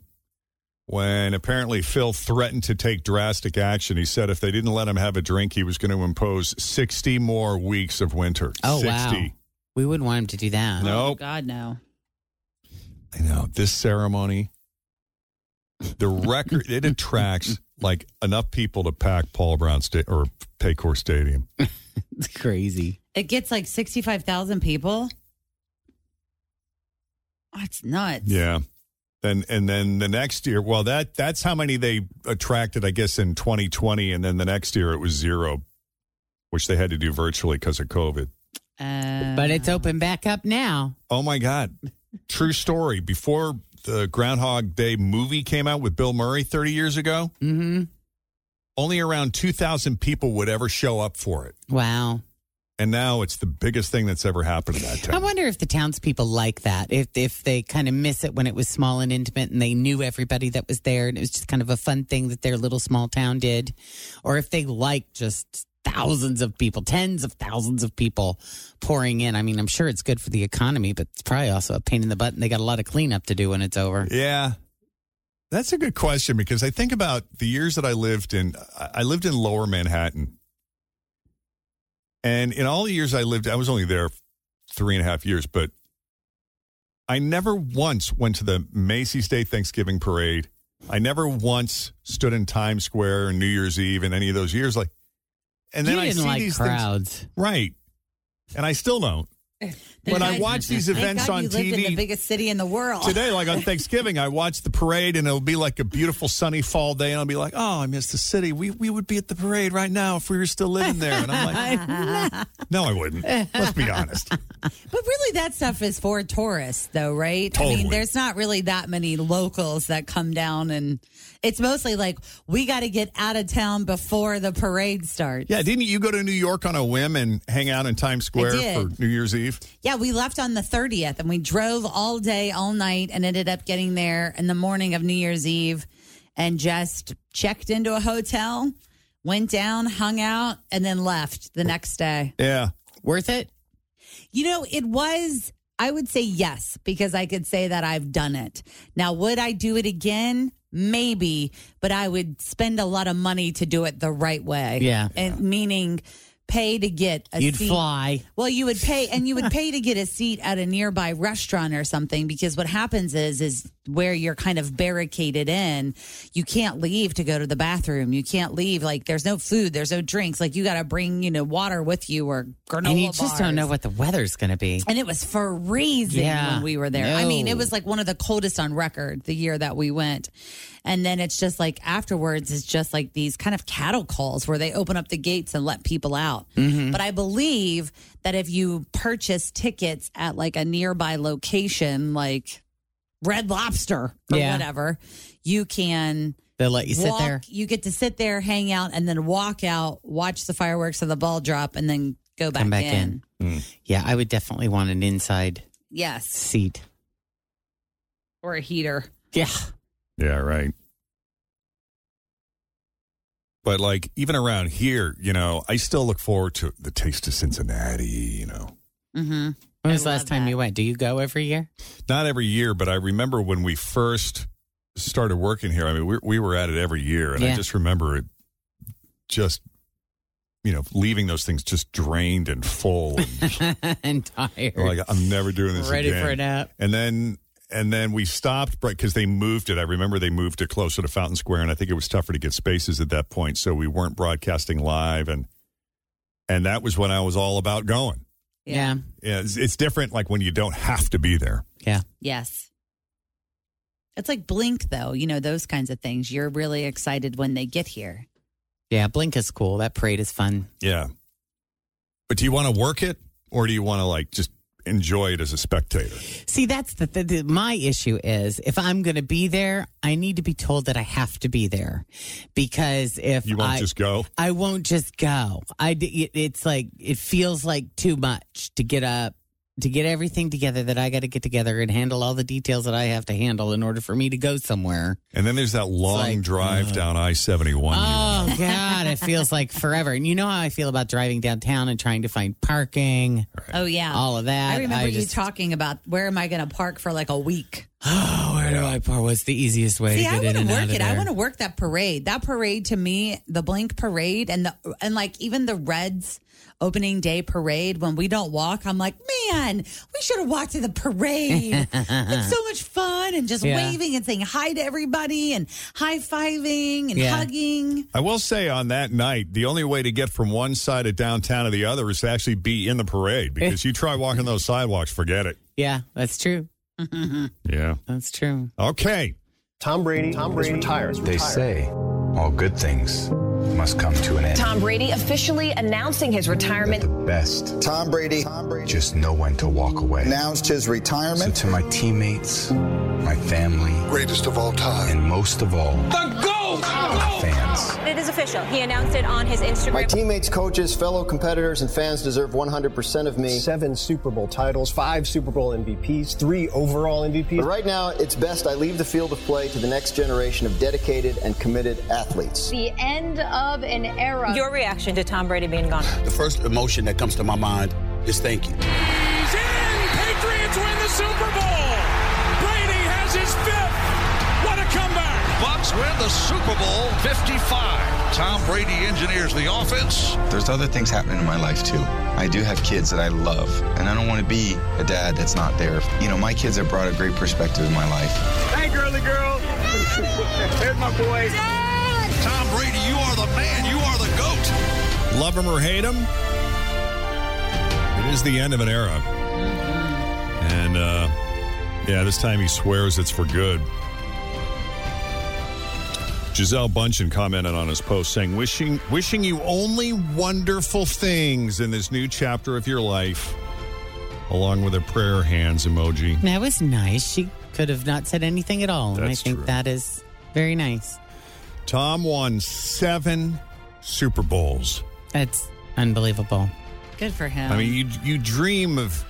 Speaker 2: when apparently Phil threatened to take drastic action. He said if they didn't let him have a drink, he was going to impose 60 more weeks of winter.
Speaker 3: Oh
Speaker 2: 60.
Speaker 3: wow. We wouldn't want him to do that.
Speaker 2: No.
Speaker 4: Oh, God, no.
Speaker 2: I know this ceremony. The record it attracts like enough people to pack Paul Brown State or Paycor Stadium.
Speaker 3: It's crazy.
Speaker 4: It gets like 65,000 people. That's nuts.
Speaker 2: Yeah. Then and then the next year, well that that's how many they attracted, I guess, in 2020, and then the next year it was zero, which they had to do virtually because of COVID.
Speaker 4: Uh,
Speaker 3: But it's open back up now.
Speaker 2: Oh my God, true story. Before the Groundhog Day movie came out with Bill Murray 30 years ago,
Speaker 3: Mm-hmm.
Speaker 2: only around 2,000 people would ever show up for it,
Speaker 3: Wow.
Speaker 2: and now it's the biggest thing that's ever happened to that
Speaker 3: I
Speaker 2: town.
Speaker 3: wonder if the townspeople like that. If if they kind of miss it when it was small and intimate, and they knew everybody that was there, and it was just kind of a fun thing that their little small town did, or if they like just thousands of people, tens of thousands of people pouring in. I mean, I'm sure it's good for the economy, but it's probably also a pain in the butt, and they got a lot of cleanup to do when it's over.
Speaker 2: Yeah. That's a good question because I think about the years that I lived in, I I lived in lower Manhattan. And in all the years I lived, I was only there three and a half years, but I never once went to the Macy's Day Thanksgiving parade. I never once stood in Times Square on New Year's Eve in any of those years. Like, and then
Speaker 3: you
Speaker 2: I
Speaker 3: didn't
Speaker 2: see
Speaker 3: like
Speaker 2: these things,
Speaker 3: crowds.
Speaker 2: right? And I still don't. When I watch these
Speaker 4: Thank
Speaker 2: events
Speaker 4: God
Speaker 2: on
Speaker 4: you lived in
Speaker 2: TV,
Speaker 4: the biggest city in the world.
Speaker 2: today, like on Thanksgiving, I watch the parade and it'll be like a beautiful sunny fall day, and I'll be like, "Oh, I miss the city. We we would be at the parade right now if we were still living there." And I'm like, "No, I wouldn't. Let's be honest.
Speaker 4: But really, that stuff is for tourists, though, right? I
Speaker 2: Totally.
Speaker 4: mean, there's not really that many locals that come down, and it's mostly like we got to get out of town before the parade starts.
Speaker 2: Yeah, didn't you go to New York on a whim and hang out in Times Square for
Speaker 4: did.
Speaker 2: New Year's Eve?
Speaker 4: Yeah, we left on the 30th and we drove all day, all night, and ended up getting there in the morning of New Year's Eve and just checked into a hotel, went down, hung out, and then left the next day.
Speaker 2: Yeah,
Speaker 3: Worth it?
Speaker 4: You know, it was, I would say yes, because I could say that I've done it. Now, would I do it again? maybe, but I would spend a lot of money to do it the right way.
Speaker 3: Yeah.
Speaker 4: And meaning pay to get a
Speaker 3: You'd
Speaker 4: seat.
Speaker 3: fly.
Speaker 4: Well, you would pay and you would pay to get a seat at a nearby restaurant or something because what happens is is where you're kind of barricaded in, you can't leave to go to the bathroom. You can't leave like there's no food, there's no drinks. Like you got to bring, you know, water with you or granola
Speaker 3: and you just don't know what the weather's going to be.
Speaker 4: and it was freezing
Speaker 3: Yeah.
Speaker 4: when we were there. I mean, it
Speaker 3: No.
Speaker 4: was like one of the coldest on record the year that we went. And then it's just like afterwards, it's just like these kind of cattle calls where they open up the gates and let people out.
Speaker 3: Mm-hmm.
Speaker 18: Mhm.
Speaker 4: But I believe that if you purchase tickets at like a nearby location, like Red Lobster or
Speaker 3: Yeah.
Speaker 4: whatever, you can.
Speaker 3: They'll let you sit
Speaker 4: walk-
Speaker 3: there.
Speaker 4: You get to sit there, hang out, and then walk out, watch the fireworks of the ball drop, and then go back,
Speaker 3: Come back
Speaker 4: in.
Speaker 3: in. Yeah, I would definitely want an inside
Speaker 4: Yes.
Speaker 3: seat.
Speaker 4: Or a heater.
Speaker 3: Yeah.
Speaker 2: Yeah, right. But like even around here, you know, I still look forward to the taste of Cincinnati, you know.
Speaker 4: Mm-hmm.
Speaker 3: When was the last time you went? Do you go every year?
Speaker 2: Not every year, but I remember when we first started working here. I mean, we we were at it every year and I
Speaker 3: Yeah.
Speaker 2: just remember it just you know, leaving those things just drained and full and
Speaker 3: and
Speaker 2: Oh,
Speaker 3: tired.
Speaker 2: Like I'm never doing this
Speaker 3: Ready
Speaker 2: again.
Speaker 3: for a nap.
Speaker 2: And then and then we stopped because they moved it. I remember they moved it closer to Fountain Square, and I think it was tougher to get spaces at that point, so we weren't broadcasting live. And and that was when I was all about going.
Speaker 3: Yeah.
Speaker 2: Yeah, It's, it's different, like when you don't have to be there.
Speaker 3: Yeah.
Speaker 4: Yes. It's like Blink, though, you know, those kinds of things. You're really excited when they get here.
Speaker 3: Yeah, Blink is cool. That parade is fun.
Speaker 2: Yeah. But do you want to work it, or do you want to like just enjoy it as a spectator?
Speaker 3: See, that's the, the, the my issue is if I'm going to be there, I need to be told that I have to be there because if
Speaker 2: You won't
Speaker 3: I,
Speaker 2: just go.
Speaker 3: I won't just go. I d- it- it's like it feels like too much to get up to get everything together that I got to get together and handle all the details that I have to handle in order for me to go somewhere.
Speaker 2: And then there's that long drive down I seventy one.
Speaker 3: Oh God, it feels like forever. And you know how I feel about driving downtown and trying to find parking.
Speaker 4: Oh, yeah.
Speaker 3: All of that.
Speaker 4: I remember
Speaker 3: I
Speaker 4: you
Speaker 3: just-
Speaker 4: talking about where am I going to park for like a week?
Speaker 3: Oh, where do I park? What's the easiest way
Speaker 4: See,
Speaker 3: to
Speaker 4: I want
Speaker 3: get in
Speaker 4: to
Speaker 3: and out
Speaker 4: work
Speaker 3: of
Speaker 4: it.
Speaker 3: there?
Speaker 4: I want to work that parade. That parade to me, the Blink parade and the and like even the Reds opening day parade. When we don't walk, I'm like, man, we should have walked to the parade. it's so much fun and just
Speaker 2: Yeah.
Speaker 4: waving and saying hi to everybody and high fiving and
Speaker 2: Yeah.
Speaker 4: hugging.
Speaker 2: I will say on that night, the only way to get from one side of downtown to the other is to actually be in the parade because you try walking those sidewalks, forget it.
Speaker 3: Yeah, that's true.
Speaker 2: Yeah.
Speaker 3: That's true.
Speaker 2: Okay.
Speaker 21: Tom Brady, Tom Brady retires.
Speaker 17: They say all good things must come to an end.
Speaker 22: Tom Brady officially announcing his retirement.
Speaker 17: Best. Tom Brady. Tom Brady. Just know when to walk away. Announced his retirement. So to my teammates, my family. Greatest of all time. And most of all, the GOAT! Fans.
Speaker 23: It is official. He announced it on his Instagram.
Speaker 21: My teammates, coaches, fellow competitors, and fans deserve 100% of me. Seven Super Bowl titles, five Super Bowl MVPs, three overall MVPs. But right now, it's best I leave the field of play to the next generation of dedicated and committed athletes.
Speaker 23: The end of an era. Your reaction to Tom Brady being gone?
Speaker 24: The first emotion that comes to my mind is thank you.
Speaker 25: He's in! Patriots win the Super Bowl! Brady has his fifth! What a comeback!
Speaker 26: Bucks win the Super Bowl 55. Tom Brady engineers the offense.
Speaker 17: There's other things happening in my life too. I do have kids that I love, and I don't want to be a dad that's not there. You know, my kids have brought a great perspective in my life.
Speaker 25: Hey, girly girl! There's my boy.
Speaker 26: Tom Brady, you are the man. You are the GOAT.
Speaker 2: Love him or hate him, it is the end of an era. And uh, yeah, this time he swears it's for good. Giselle Bunchen commented on his post saying, wishing, wishing you only wonderful things in this new chapter of your life, along with a prayer hands emoji.
Speaker 3: That was nice. She could have not said anything at all. and I
Speaker 2: That's
Speaker 3: think
Speaker 2: true.
Speaker 3: that is very nice.
Speaker 2: Tom won seven Super Bowls.
Speaker 3: That's unbelievable.
Speaker 4: Good for him.
Speaker 3: Um,
Speaker 2: I mean, you you dream of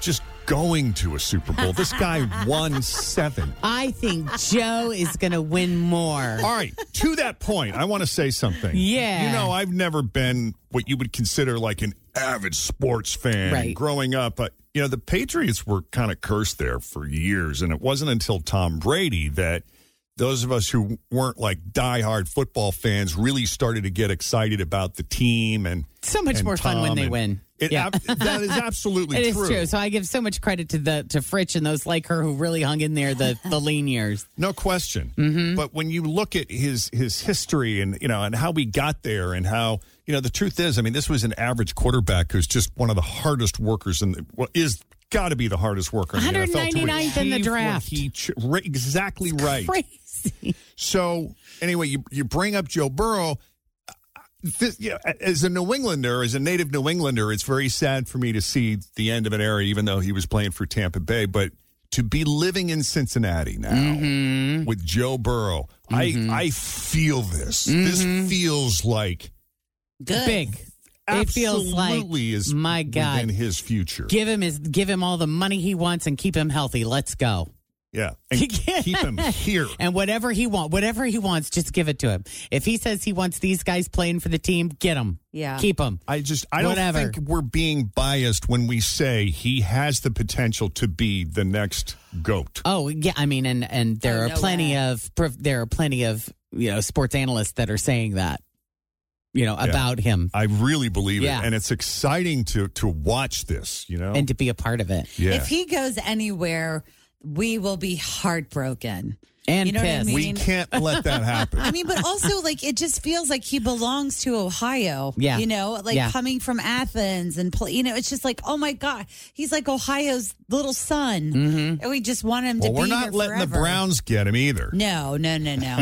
Speaker 2: just going to a Super Bowl. This guy won seven.
Speaker 3: I think Joe is going to win more.
Speaker 2: All right, to that point, I want to say something.
Speaker 3: Yeah.
Speaker 2: You know, I've never been what you would consider like an avid sports fan
Speaker 3: Right.
Speaker 2: growing up. Uh, you know, the Patriots were kind of cursed there for years, and it wasn't until Tom Brady that those of us who weren't like diehard football fans really started to get excited about the team and
Speaker 3: So much
Speaker 2: and
Speaker 3: more fun when
Speaker 2: Tom
Speaker 3: they
Speaker 2: and-
Speaker 3: win.
Speaker 2: It,
Speaker 3: Yeah.
Speaker 2: ab- that is absolutely
Speaker 3: It is
Speaker 2: true.
Speaker 3: true. So I give so much credit to the to Fritch and those like her who really hung in there the the lean years.
Speaker 2: No question.
Speaker 3: Mm-hmm.
Speaker 2: But when you look at his his history and you know and how we got there and how you know the truth is, I mean, this was an average quarterback who's just one of the hardest workers and well, is got to be the hardest worker. in the NFL to
Speaker 3: 199th in
Speaker 2: achieve
Speaker 3: the
Speaker 2: what
Speaker 3: draft.
Speaker 2: He ch- ri- exactly right. So anyway, you you bring up Joe Burrow. This, yeah, as a New Englander, as a native New Englander, it's very sad for me to see the end of an era, even though he was playing for Tampa Bay. But to be living in Cincinnati now
Speaker 3: Mm-hmm.
Speaker 2: with Joe Burrow, I I feel this.
Speaker 3: Mm-hmm.
Speaker 2: This feels like
Speaker 3: Good. Big. It feels like
Speaker 2: absolutely is
Speaker 3: my God.
Speaker 2: within his future.
Speaker 3: Give him his give him all the money he wants and keep him healthy. Let's go.
Speaker 2: yeah, and keep him here.
Speaker 3: And whatever he wants, whatever he wants, just give it to him. If he says he wants these guys playing for the team, get them.
Speaker 4: Yeah.
Speaker 3: Keep them.
Speaker 2: I just I don't
Speaker 3: Whatever.
Speaker 2: think we're being biased when we say he has the potential to be the next goat.
Speaker 3: Oh yeah, I mean, and and there
Speaker 2: Oh,
Speaker 3: are
Speaker 2: no
Speaker 3: plenty of prof- there are plenty of you know sports analysts that are saying that you know about him
Speaker 2: I really believe
Speaker 3: Yeah.
Speaker 2: it, and it's exciting to to watch this. You know,
Speaker 3: and to be a part of it.
Speaker 2: yeah.
Speaker 4: If he goes anywhere, we will be heartbroken.
Speaker 3: And
Speaker 4: you know
Speaker 3: pissed.
Speaker 4: what I
Speaker 3: We
Speaker 4: mean?
Speaker 2: can't let that happen.
Speaker 4: I mean, but also like it just feels like he belongs to Ohio.
Speaker 3: Yeah.
Speaker 4: you know, like
Speaker 3: Yeah.
Speaker 4: coming from Athens and play, you know, it's just like oh my god, he's like Ohio's little son,
Speaker 2: Mhm.
Speaker 4: and we just want him
Speaker 2: well,
Speaker 4: to
Speaker 2: we're
Speaker 4: be
Speaker 2: not
Speaker 4: here
Speaker 2: letting the
Speaker 4: forever.
Speaker 2: Browns get him either.
Speaker 4: No, no, no, no.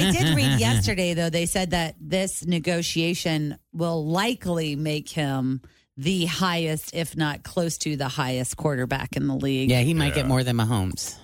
Speaker 4: I did read yesterday, though, they said that this negotiation will likely make him the highest, if not close to the highest quarterback in the league.
Speaker 3: Yeah, he might get more than Mahomes.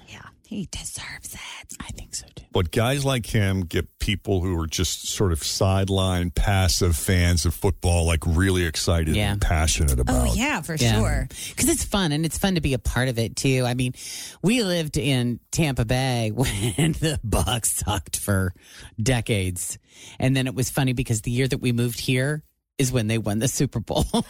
Speaker 4: He deserves it. I
Speaker 3: think so too.
Speaker 2: But guys like him get people who are just sort of sideline, passive fans of football, like really excited
Speaker 3: Yeah.
Speaker 2: and passionate about.
Speaker 4: Oh, yeah, for sure.
Speaker 3: Because it's fun and it's fun to be a part of it too. I mean, we lived in Tampa Bay when the Bucks sucked for decades, and then it was funny because the year that we moved here is when they won the Super Bowl.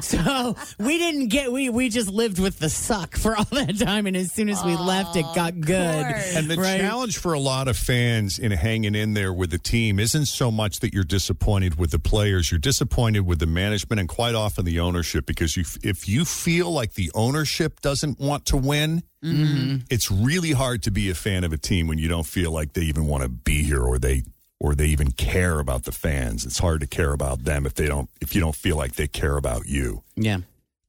Speaker 3: so we didn't get we we just lived with the suck for all that time, and as soon as we left, it got good.
Speaker 2: And the
Speaker 3: right?
Speaker 2: challenge for a lot of fans in hanging in there with the team isn't so much that you're disappointed with the players, you're disappointed with the management and quite often the ownership because you, if you feel like the ownership doesn't want to win,
Speaker 3: mm-hmm.
Speaker 2: it's really hard to be a fan of a team when you don't feel like they even want to be here or they or they even care about the fans. It's hard to care about them if they don't if you don't feel like they care about you.
Speaker 3: Yeah.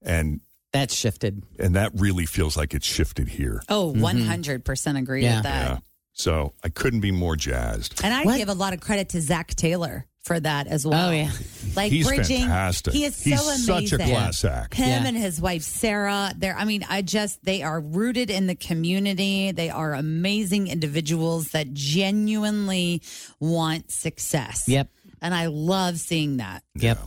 Speaker 2: And
Speaker 3: that's shifted.
Speaker 2: And that really feels like it's shifted here.
Speaker 4: Oh, 100% agree with that.
Speaker 2: Yeah. So I couldn't be more jazzed.
Speaker 4: And I give a lot of credit to Zach Taylor for that as well. Oh yeah, like
Speaker 2: He's
Speaker 4: bridging.
Speaker 2: fantastic.
Speaker 4: He is so
Speaker 2: He's
Speaker 4: amazing.
Speaker 2: such a class act.
Speaker 4: Him
Speaker 2: Yeah.
Speaker 4: and his wife Sarah. They're. I mean, I just they are rooted in the community. They are amazing individuals that genuinely want success.
Speaker 3: Yep.
Speaker 4: And I love seeing that.
Speaker 3: Yep.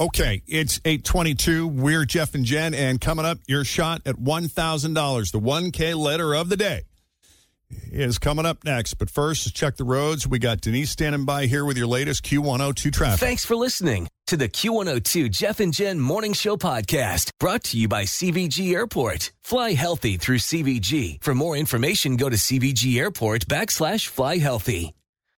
Speaker 2: Okay, it's 822. We're Jeff and Jen, and coming up, your shot at $1,000, the 1K letter of the day, is coming up next. But first, check the roads. We got Denise standing by here with your latest Q102 traffic.
Speaker 27: Thanks for listening to the Q102 Jeff and Jen Morning Show podcast brought to you by CVG Airport. Fly healthy through CVG. For more information, go to CVG Airport backslash fly healthy.